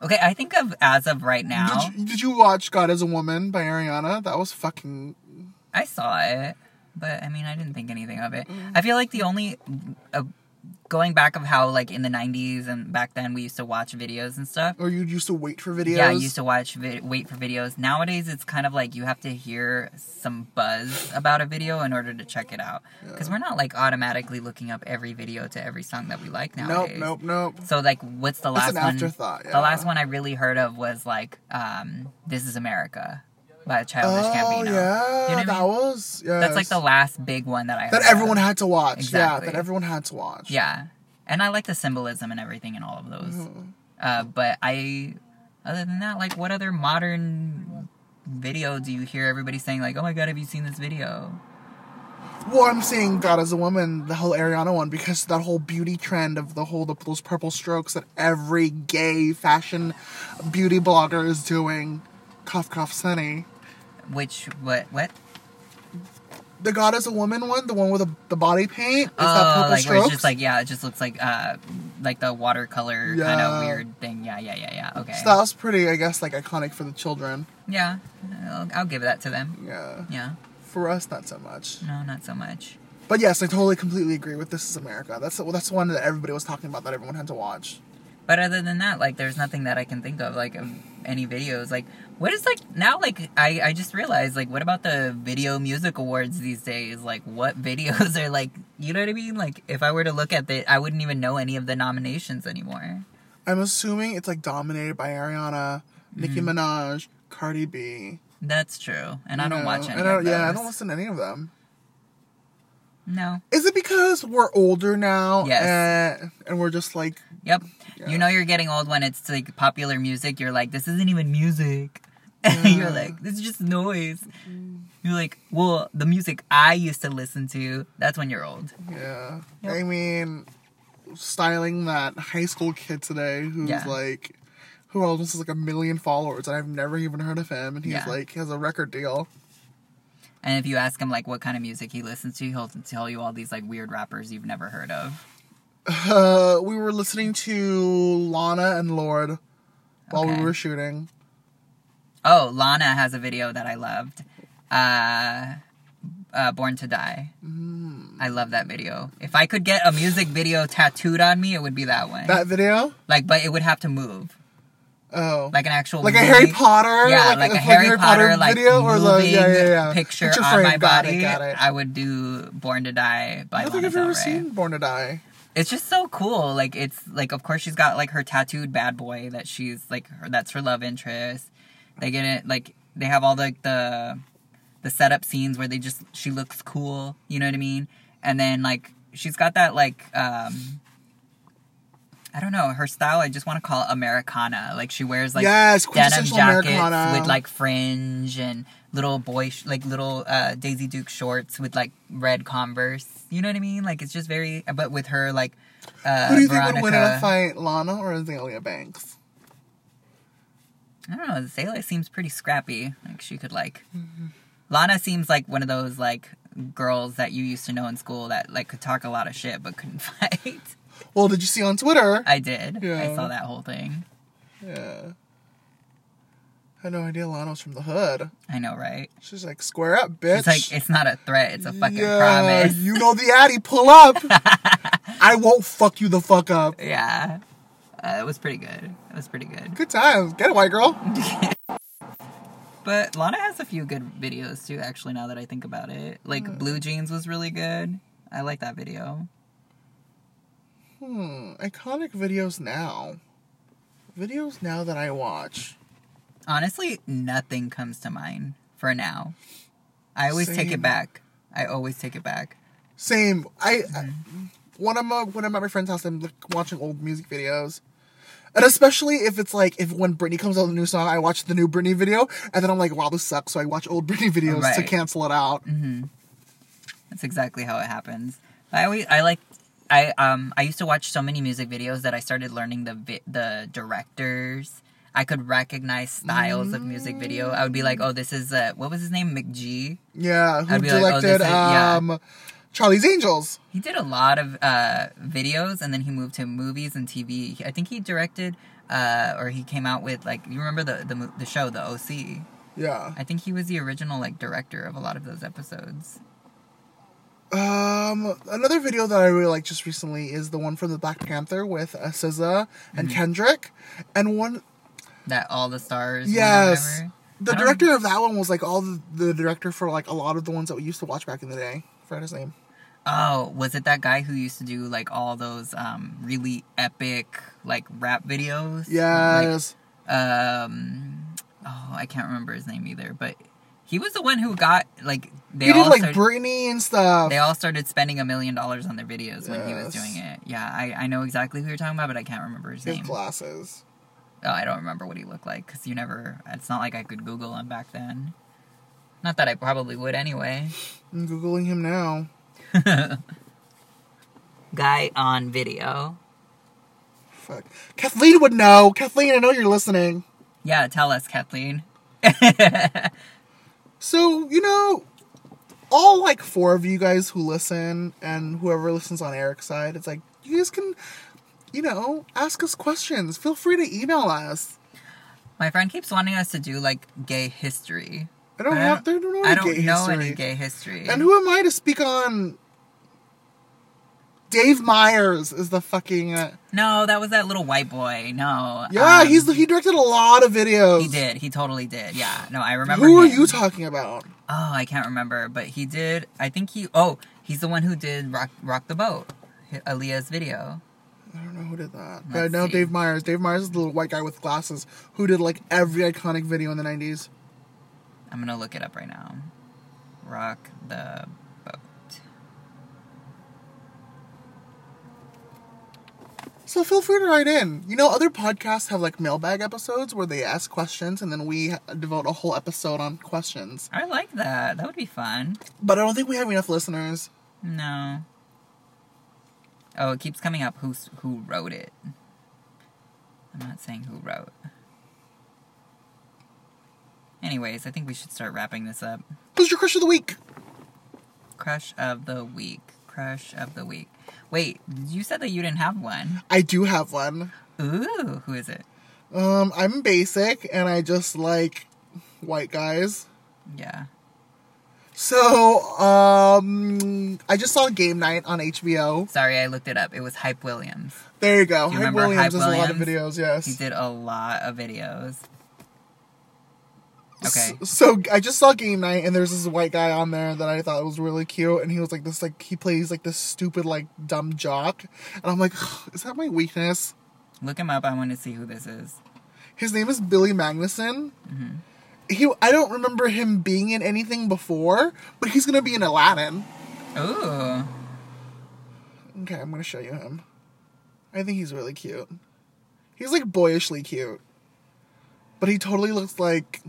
Speaker 2: Okay, I think of as of right now.
Speaker 1: Did you, did you watch God as a Woman by Ariana? That was fucking.
Speaker 2: I saw it, but I mean, I didn't think anything of it.
Speaker 1: Mm.
Speaker 2: I feel like the only uh, going back of how like in the 90s and back then we used to watch videos and stuff.
Speaker 1: Or you used to wait for videos.
Speaker 2: Yeah, I used to watch vid- wait for videos. Nowadays, it's kind of like you have to hear some buzz about a video in order to check it out. Because we're not like automatically looking up every video to every song that we like
Speaker 1: Nope,
Speaker 2: nowadays.
Speaker 1: nope, nope.
Speaker 2: So like, what's the last
Speaker 1: an
Speaker 2: one?
Speaker 1: afterthought, yeah.
Speaker 2: The last one I really heard of was like, um, "This Is America" by Childish
Speaker 1: Oh yeah,
Speaker 2: Gambino. You know what I
Speaker 1: that
Speaker 2: mean?
Speaker 1: was yeah.
Speaker 2: That's like the last big one that I heard
Speaker 1: that everyone
Speaker 2: Of.
Speaker 1: had to watch.
Speaker 2: Exactly.
Speaker 1: Yeah, that everyone had to watch.
Speaker 2: Yeah, and I like the symbolism and everything in all of those.
Speaker 1: Mm-hmm.
Speaker 2: Uh, but I, other than that, like, what other modern video do you hear everybody saying like, "Oh my god, have you seen this video?"
Speaker 1: Well, I'm seeing God as a woman, the whole Ariana one, because that whole beauty trend of the whole the, those purple strokes that every gay fashion beauty blogger is doing. Cough, cough, Sunny.
Speaker 2: Which what what?
Speaker 1: The God as a woman one, the one with the, the body paint, is that
Speaker 2: oh,
Speaker 1: purple
Speaker 2: like where
Speaker 1: strokes?
Speaker 2: it's just like yeah, it just looks like uh, like the watercolor kind
Speaker 1: Yeah.
Speaker 2: of weird thing. Yeah, yeah, yeah, yeah. Okay.
Speaker 1: so that was pretty, I guess, like iconic for the children.
Speaker 2: Yeah, I'll, I'll give that to them.
Speaker 1: Yeah,
Speaker 2: Yeah.
Speaker 1: for us, not so much.
Speaker 2: No, not so much.
Speaker 1: But yes, I totally, completely agree with This Is America. That's the- that's the one that everybody was talking about that everyone had to watch.
Speaker 2: But other than that, like, there's nothing that I can think of, like, of any videos. Like, what is, like, now, like, I, I just realized, like, what about the Video Music Awards these days? Like, what videos are, like, you know what I mean? Like, if I were to look at it, I wouldn't even know any of the nominations anymore.
Speaker 1: I'm assuming it's like dominated by Ariana, Nicki Minaj, Cardi B.
Speaker 2: That's true. Mm. And I
Speaker 1: you
Speaker 2: don't
Speaker 1: know,
Speaker 2: watch any
Speaker 1: I don't,
Speaker 2: of those.
Speaker 1: Yeah, I don't listen to any of them.
Speaker 2: No.
Speaker 1: Is it because we're older now?
Speaker 2: Yes.
Speaker 1: And, and we're just like,
Speaker 2: Yep.
Speaker 1: Yeah.
Speaker 2: You know you're getting old when it's, like, popular music. You're like, this isn't even music.
Speaker 1: Yeah.
Speaker 2: you're like, this is just noise. You're like, well, the music I used to listen to, that's when you're old.
Speaker 1: yeah.
Speaker 2: Yep.
Speaker 1: I mean, styling that high school kid today who's
Speaker 2: Yeah.
Speaker 1: like, who almost has like a million followers and I've never even heard of him, and he's
Speaker 2: Yeah.
Speaker 1: like, he has a record deal.
Speaker 2: And if you ask him like what kind of music he listens to, he'll tell you all these like weird rappers you've never heard of.
Speaker 1: Uh, we were listening to Lana and Lord while
Speaker 2: Okay.
Speaker 1: we were shooting.
Speaker 2: Oh, Lana has a video that I loved. Uh, uh, Born to Die.
Speaker 1: Mm.
Speaker 2: I love that video. If I could get a music video tattooed on me, it would be that one.
Speaker 1: That video?
Speaker 2: like, but it would have to move,
Speaker 1: Oh.
Speaker 2: like an actual
Speaker 1: Like a
Speaker 2: movie-
Speaker 1: Harry Potter?
Speaker 2: Yeah, like, a Harry, Potter, like video or
Speaker 1: the-
Speaker 2: moving
Speaker 1: yeah, yeah, yeah.
Speaker 2: picture
Speaker 1: Picture
Speaker 2: on
Speaker 1: frame,
Speaker 2: my
Speaker 1: got it,
Speaker 2: body.
Speaker 1: got it.
Speaker 2: I would do Born to Die
Speaker 1: I
Speaker 2: by
Speaker 1: don't think
Speaker 2: Lana
Speaker 1: I've
Speaker 2: Del
Speaker 1: ever
Speaker 2: Rey.
Speaker 1: seen Born to Die.
Speaker 2: It's just so cool. Like it's like of course she's got like her tattooed bad boy that she's like her, that's her love interest. They get it like they have all like the the setup scenes where they just she looks cool, you know what I mean? And then like she's got that like um I don't know, her style I just want to call Americana. Like she wears like
Speaker 1: Yes,
Speaker 2: denim
Speaker 1: quintessential
Speaker 2: jackets
Speaker 1: Americana.
Speaker 2: with like fringe and little boy sh- like little uh, Daisy Duke shorts with like red Converse. You know what I mean? Like it's just very. But with her like uh,
Speaker 1: Who do you
Speaker 2: Veronica,
Speaker 1: think would win in a fight, Lana or Azalea Banks?
Speaker 2: I don't know. Zayla seems pretty scrappy. Like she could like.
Speaker 1: Mm-hmm.
Speaker 2: Lana seems like one of those like girls that you used to know in school that like could talk a lot of shit but couldn't fight.
Speaker 1: Well, did you see on Twitter?
Speaker 2: I did. I
Speaker 1: Yeah.
Speaker 2: saw that whole thing.
Speaker 1: yeah. I had no idea Lana was from the hood.
Speaker 2: I know, right?
Speaker 1: She's like, square up, bitch.
Speaker 2: It's like it's not a threat. It's a fucking
Speaker 1: yeah,
Speaker 2: promise.
Speaker 1: You know the Addy, pull up. I won't fuck you the fuck up.
Speaker 2: Yeah. Uh, it was pretty good. It was pretty good.
Speaker 1: Good times. Get it, white girl.
Speaker 2: But Lana has a few good videos too, actually, now that I think about it. Like, Blue Jeans was really good. I like that video.
Speaker 1: Hmm. Iconic videos now. Videos now that I watch.
Speaker 2: Honestly, nothing comes to mind for now. I always take
Speaker 1: Same.
Speaker 2: it back. I always take it back.
Speaker 1: Same. I, I
Speaker 2: Mm-hmm.
Speaker 1: when I'm uh, when I'm at my friend's house, I'm like, watching old music videos. And especially if it's like if when Britney comes out with a new song, I watch the new Britney video, and then I'm like, wow, this sucks. So I watch old Britney videos to
Speaker 2: Right. Mm-hmm.
Speaker 1: cancel it out.
Speaker 2: That's exactly how it happens. I always, I like, I um, I used to watch so many music videos that I started learning the vi- the directors. I could recognize styles of music video. I would be like, oh, this is uh, what was his name, McG.
Speaker 1: Yeah, who
Speaker 2: I'd be like, oh, this
Speaker 1: directed
Speaker 2: is- yeah.
Speaker 1: um, Charlie's Angels?
Speaker 2: He did a lot of uh, videos, and then he moved to movies and TV. He- I think he directed, uh, or he came out with like you remember the the, mo- the show, the OC.
Speaker 1: Yeah.
Speaker 2: I think he was the original like director of a lot of those episodes.
Speaker 1: Um, another video that I really like just recently is the one from the Black Panther with uh, SZA and
Speaker 2: Mm-hmm.
Speaker 1: Kendrick, and one
Speaker 2: That all the stars. won or
Speaker 1: yes,
Speaker 2: whatever.
Speaker 1: the
Speaker 2: I don't-
Speaker 1: director of that one was like all the, the director for like a lot of the ones that we used to watch back in the day. I forgot his name.
Speaker 2: Oh, was it that guy who used to do like all those um really epic like rap videos?
Speaker 1: Yes,
Speaker 2: Like, um, oh, I can't remember his name either, but he was the one who got like they
Speaker 1: he
Speaker 2: all
Speaker 1: did like
Speaker 2: started-
Speaker 1: Britney and stuff.
Speaker 2: they all started spending a million dollars on their videos when he
Speaker 1: Yes.
Speaker 2: was doing it. Yeah, I, I know exactly who you're talking about, but I can't remember his
Speaker 1: He had
Speaker 2: name.
Speaker 1: glasses.
Speaker 2: Oh, I don't remember what he looked like because you never. It's not like I could Google him back then. Not that I probably would anyway.
Speaker 1: I'm googling him now.
Speaker 2: Guy on video.
Speaker 1: Fuck, Kathleen would know. Kathleen, I know you're listening.
Speaker 2: Yeah, tell us, Kathleen.
Speaker 1: So, you know, all like four of you guys who listen and whoever listens on Eric's side, it's like, you guys can, you know, ask us questions. Feel free to email us.
Speaker 2: My friend keeps wanting us to do like gay history.
Speaker 1: I don't
Speaker 2: But
Speaker 1: have to know
Speaker 2: I
Speaker 1: any
Speaker 2: don't
Speaker 1: gay
Speaker 2: know
Speaker 1: history.
Speaker 2: any gay history.
Speaker 1: And who am I to speak on? Dave Myers is the fucking. Uh,
Speaker 2: No, that was that little white boy. No.
Speaker 1: yeah,
Speaker 2: um,
Speaker 1: he's the, he directed a lot of videos.
Speaker 2: He did. He totally did. Yeah. No, I remember.
Speaker 1: Who are
Speaker 2: him.
Speaker 1: you talking about?
Speaker 2: Oh, I can't remember, but he did. I think he. Oh, he's the one who did rock rock the boat, Aaliyah's video.
Speaker 1: I don't know who did that. But I
Speaker 2: Let's
Speaker 1: know
Speaker 2: see.
Speaker 1: Dave Myers. Dave Myers is the little white guy with glasses who did like every iconic video in the 90s.
Speaker 2: I'm gonna look it up right now. Rock the boat.
Speaker 1: So feel free to write in. You know, other podcasts have like mailbag episodes where they ask questions and then we devote a whole episode on questions.
Speaker 2: I like that. That would be fun.
Speaker 1: But I don't think we have enough listeners.
Speaker 2: No. Oh, it keeps coming up who's who wrote it. I'm not saying who wrote. Anyways, I think we should start wrapping this up.
Speaker 1: Who's your crush of the week?
Speaker 2: Crush of the week. Crush of the week. Wait, you said that you didn't have one.
Speaker 1: I do have one.
Speaker 2: Ooh, who is it?
Speaker 1: Um, I'm basic and I just like white guys.
Speaker 2: Yeah.
Speaker 1: So, um, I just saw Game Night on HBO.
Speaker 2: Sorry, I looked it up. It was Hype Williams.
Speaker 1: There you go.
Speaker 2: Do you
Speaker 1: Hype
Speaker 2: remember
Speaker 1: Williams
Speaker 2: Hype
Speaker 1: does a lot of videos,
Speaker 2: Williams? He
Speaker 1: yes.
Speaker 2: did a lot of videos. Okay.
Speaker 1: S- So I just saw Game Night, and there's this white guy on there that I thought was really cute, and he was like this, like he plays like this stupid, like dumb jock, and I'm like, is that my weakness?
Speaker 2: Look him up. I want to see who this is.
Speaker 1: His name is Billy Magnuson.
Speaker 2: Mm-hmm.
Speaker 1: He, I don't remember him being in anything before, but he's gonna be in Aladdin.
Speaker 2: Ooh.
Speaker 1: Okay, I'm gonna show you him. I think he's really cute. He's like boyishly cute, but he totally looks like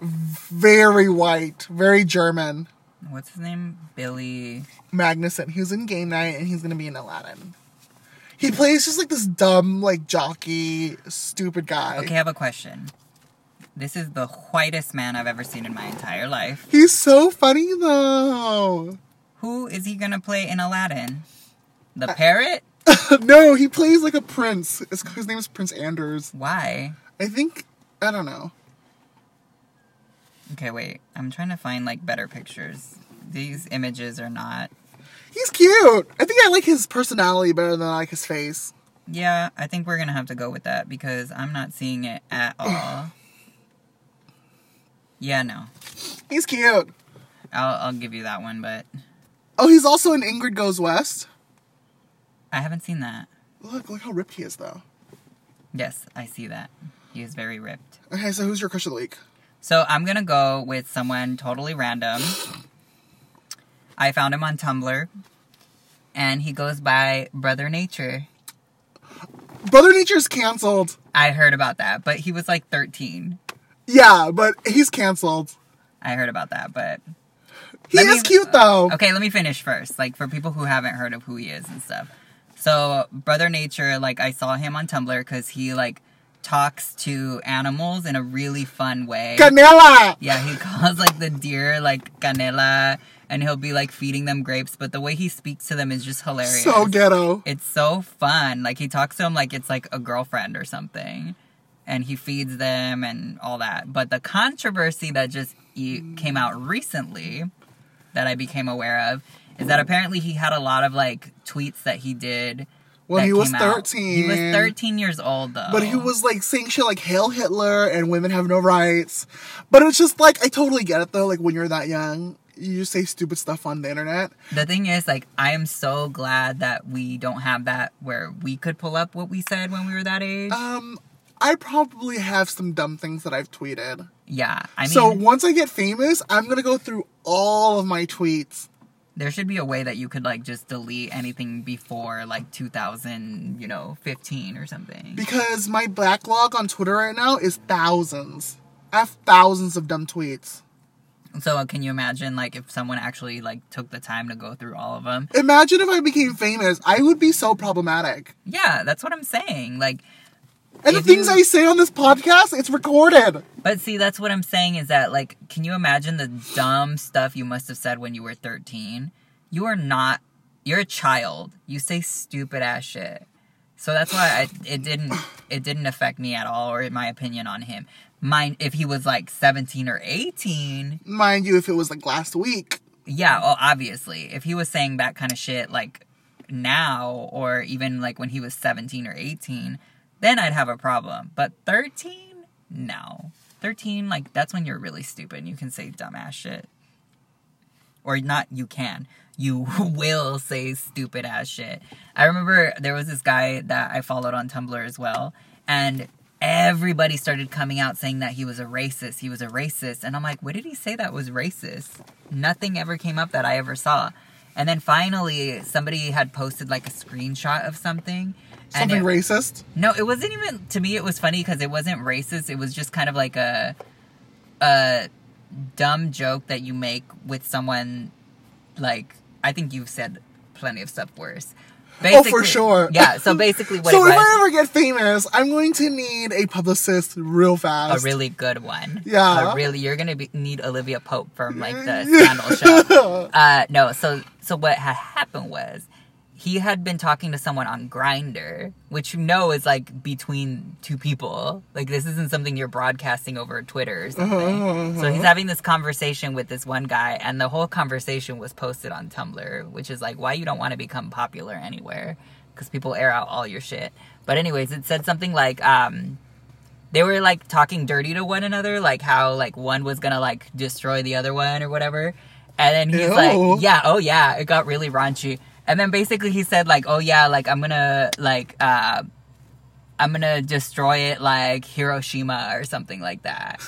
Speaker 1: very white, very German.
Speaker 2: What's his name? Billy.
Speaker 1: Magnuson. He was in Game Night, and he's gonna be in Aladdin. He plays just like this dumb, like jockey, stupid guy.
Speaker 2: Okay, I have a question. This is the whitest man I've ever seen in my entire life.
Speaker 1: He's so funny though.
Speaker 2: Who is he gonna play in Aladdin? The
Speaker 1: Uh,
Speaker 2: parrot?
Speaker 1: no, he plays like a prince. His, his name is Prince Anders.
Speaker 2: Why?
Speaker 1: I think I don't know.
Speaker 2: Okay, wait. I'm trying to find like better pictures. These images are not.
Speaker 1: He's cute. I think I like his personality better than I like his face.
Speaker 2: Yeah, I think we're gonna have to go with that because I'm not seeing it at all. Yeah, no.
Speaker 1: He's cute.
Speaker 2: I'll, I'll give you that one, but
Speaker 1: Oh, he's also in Ingrid Goes West.
Speaker 2: I haven't seen that.
Speaker 1: Look, look how ripped he is though.
Speaker 2: Yes, I see that. He is very ripped.
Speaker 1: Okay, so who's your crush of the week?
Speaker 2: So I'm gonna go with someone totally random. I found him on Tumblr, and he goes by Brother Nature.
Speaker 1: Brother Nature's canceled.
Speaker 2: I heard about that, but he was like 13.
Speaker 1: Yeah, but he's canceled.
Speaker 2: I heard about that, but
Speaker 1: He
Speaker 2: Let
Speaker 1: is
Speaker 2: me-
Speaker 1: cute though.
Speaker 2: okay, let me finish first. Like for people who haven't heard of who he is and stuff. So Brother Nature, like I saw him on Tumblr because he like talks to animals in a really fun way.
Speaker 1: Canela.
Speaker 2: Yeah, he calls like the deer like canela, and he'll be like feeding them grapes. But the way he speaks to them is just hilarious.
Speaker 1: So ghetto.
Speaker 2: it's so fun. Like he talks to them like it's like a girlfriend or something, and he feeds them and all that. But the controversy that just e- came out recently, that I became aware of, is that apparently he had a lot of like tweets that he did.
Speaker 1: When
Speaker 2: that
Speaker 1: he was
Speaker 2: came out.
Speaker 1: 13.
Speaker 2: He was thirteen years old though.
Speaker 1: But he was like saying shit like "Hail Hitler" and "Women have no rights." But it's just like I totally get it though. Like when you're that young, you just say stupid stuff on the internet.
Speaker 2: The thing is, like, I am so glad that we don't have that where we could pull up what we said when we were that age.
Speaker 1: Um, I probably have some dumb things that I've tweeted.
Speaker 2: yeah, I mean,
Speaker 1: so once I get famous, I'm gonna go through all of my tweets.
Speaker 2: there should be a way that you could like just delete anything before like 2000, you know, 15 or something.
Speaker 1: Because my backlog on Twitter right now is thousands. I have thousands of dumb tweets.
Speaker 2: so, uh, can you imagine like if someone actually like took the time to go through all of them?
Speaker 1: Imagine if I became famous, I would be so problematic.
Speaker 2: Yeah, that's what I'm saying. Like,
Speaker 1: And
Speaker 2: If
Speaker 1: the things
Speaker 2: you-
Speaker 1: I say on this podcast, it's recorded.
Speaker 2: but see, that's what I'm saying is that like, can you imagine the dumb stuff you must have said when you were 13? You are not. You're a child. You say stupid ass shit. So that's why I, it didn't it didn't affect me at all, or in my opinion on him. Mine, if he was like 17 or 18,
Speaker 1: Mind you, if it was like last week,
Speaker 2: yeah, well, obviously, if he was saying that kind of shit like now, or even like when he was 17 or 18, then I'd have a problem. But 13, no. 13, like that's when you're really stupid and you can say dumbass shit. Or not, you can. You will say stupid ass shit. I remember there was this guy that I followed on Tumblr as well, and everybody started coming out saying that he was a racist. He was a racist. And I'm like, what did he say that was racist? Nothing ever came up that I ever saw. And then finally, somebody had posted like a screenshot of something. and
Speaker 1: something
Speaker 2: it-
Speaker 1: racist.
Speaker 2: no, it wasn't even to me. It was funny because it wasn't racist. It was just kind of like a a dumb joke that you make with someone. Like I think you've said plenty of stuff worse,
Speaker 1: Oh, for sure.
Speaker 2: Yeah. So basically, what
Speaker 1: so
Speaker 2: it
Speaker 1: if I
Speaker 2: was
Speaker 1: ever get famous, I'm going to need a publicist real
Speaker 2: a
Speaker 1: fast.
Speaker 2: really good one.
Speaker 1: Yeah.
Speaker 2: A really, you're gonna be, need Olivia Pope from like the Scandal show. Uh, no. So so what had happened was he had been talking to someone on Grinder, which you know is like between two people. Like this isn't something you're broadcasting over Twitter or something. So he's having this conversation with this one guy, and the whole conversation was posted on Tumblr, which is like why you don't want to become popular anywhere because people air out all your shit. But anyways, it said something like. um they were like talking dirty to one another, like how like one was gonna like destroy the other one or whatever. And then he's
Speaker 1: Ew.
Speaker 2: like, yeah, oh yeah, it got really raunchy. And then basically he said like, oh yeah, like I'm gonna like uh I'm gonna destroy it like Hiroshima or something like that.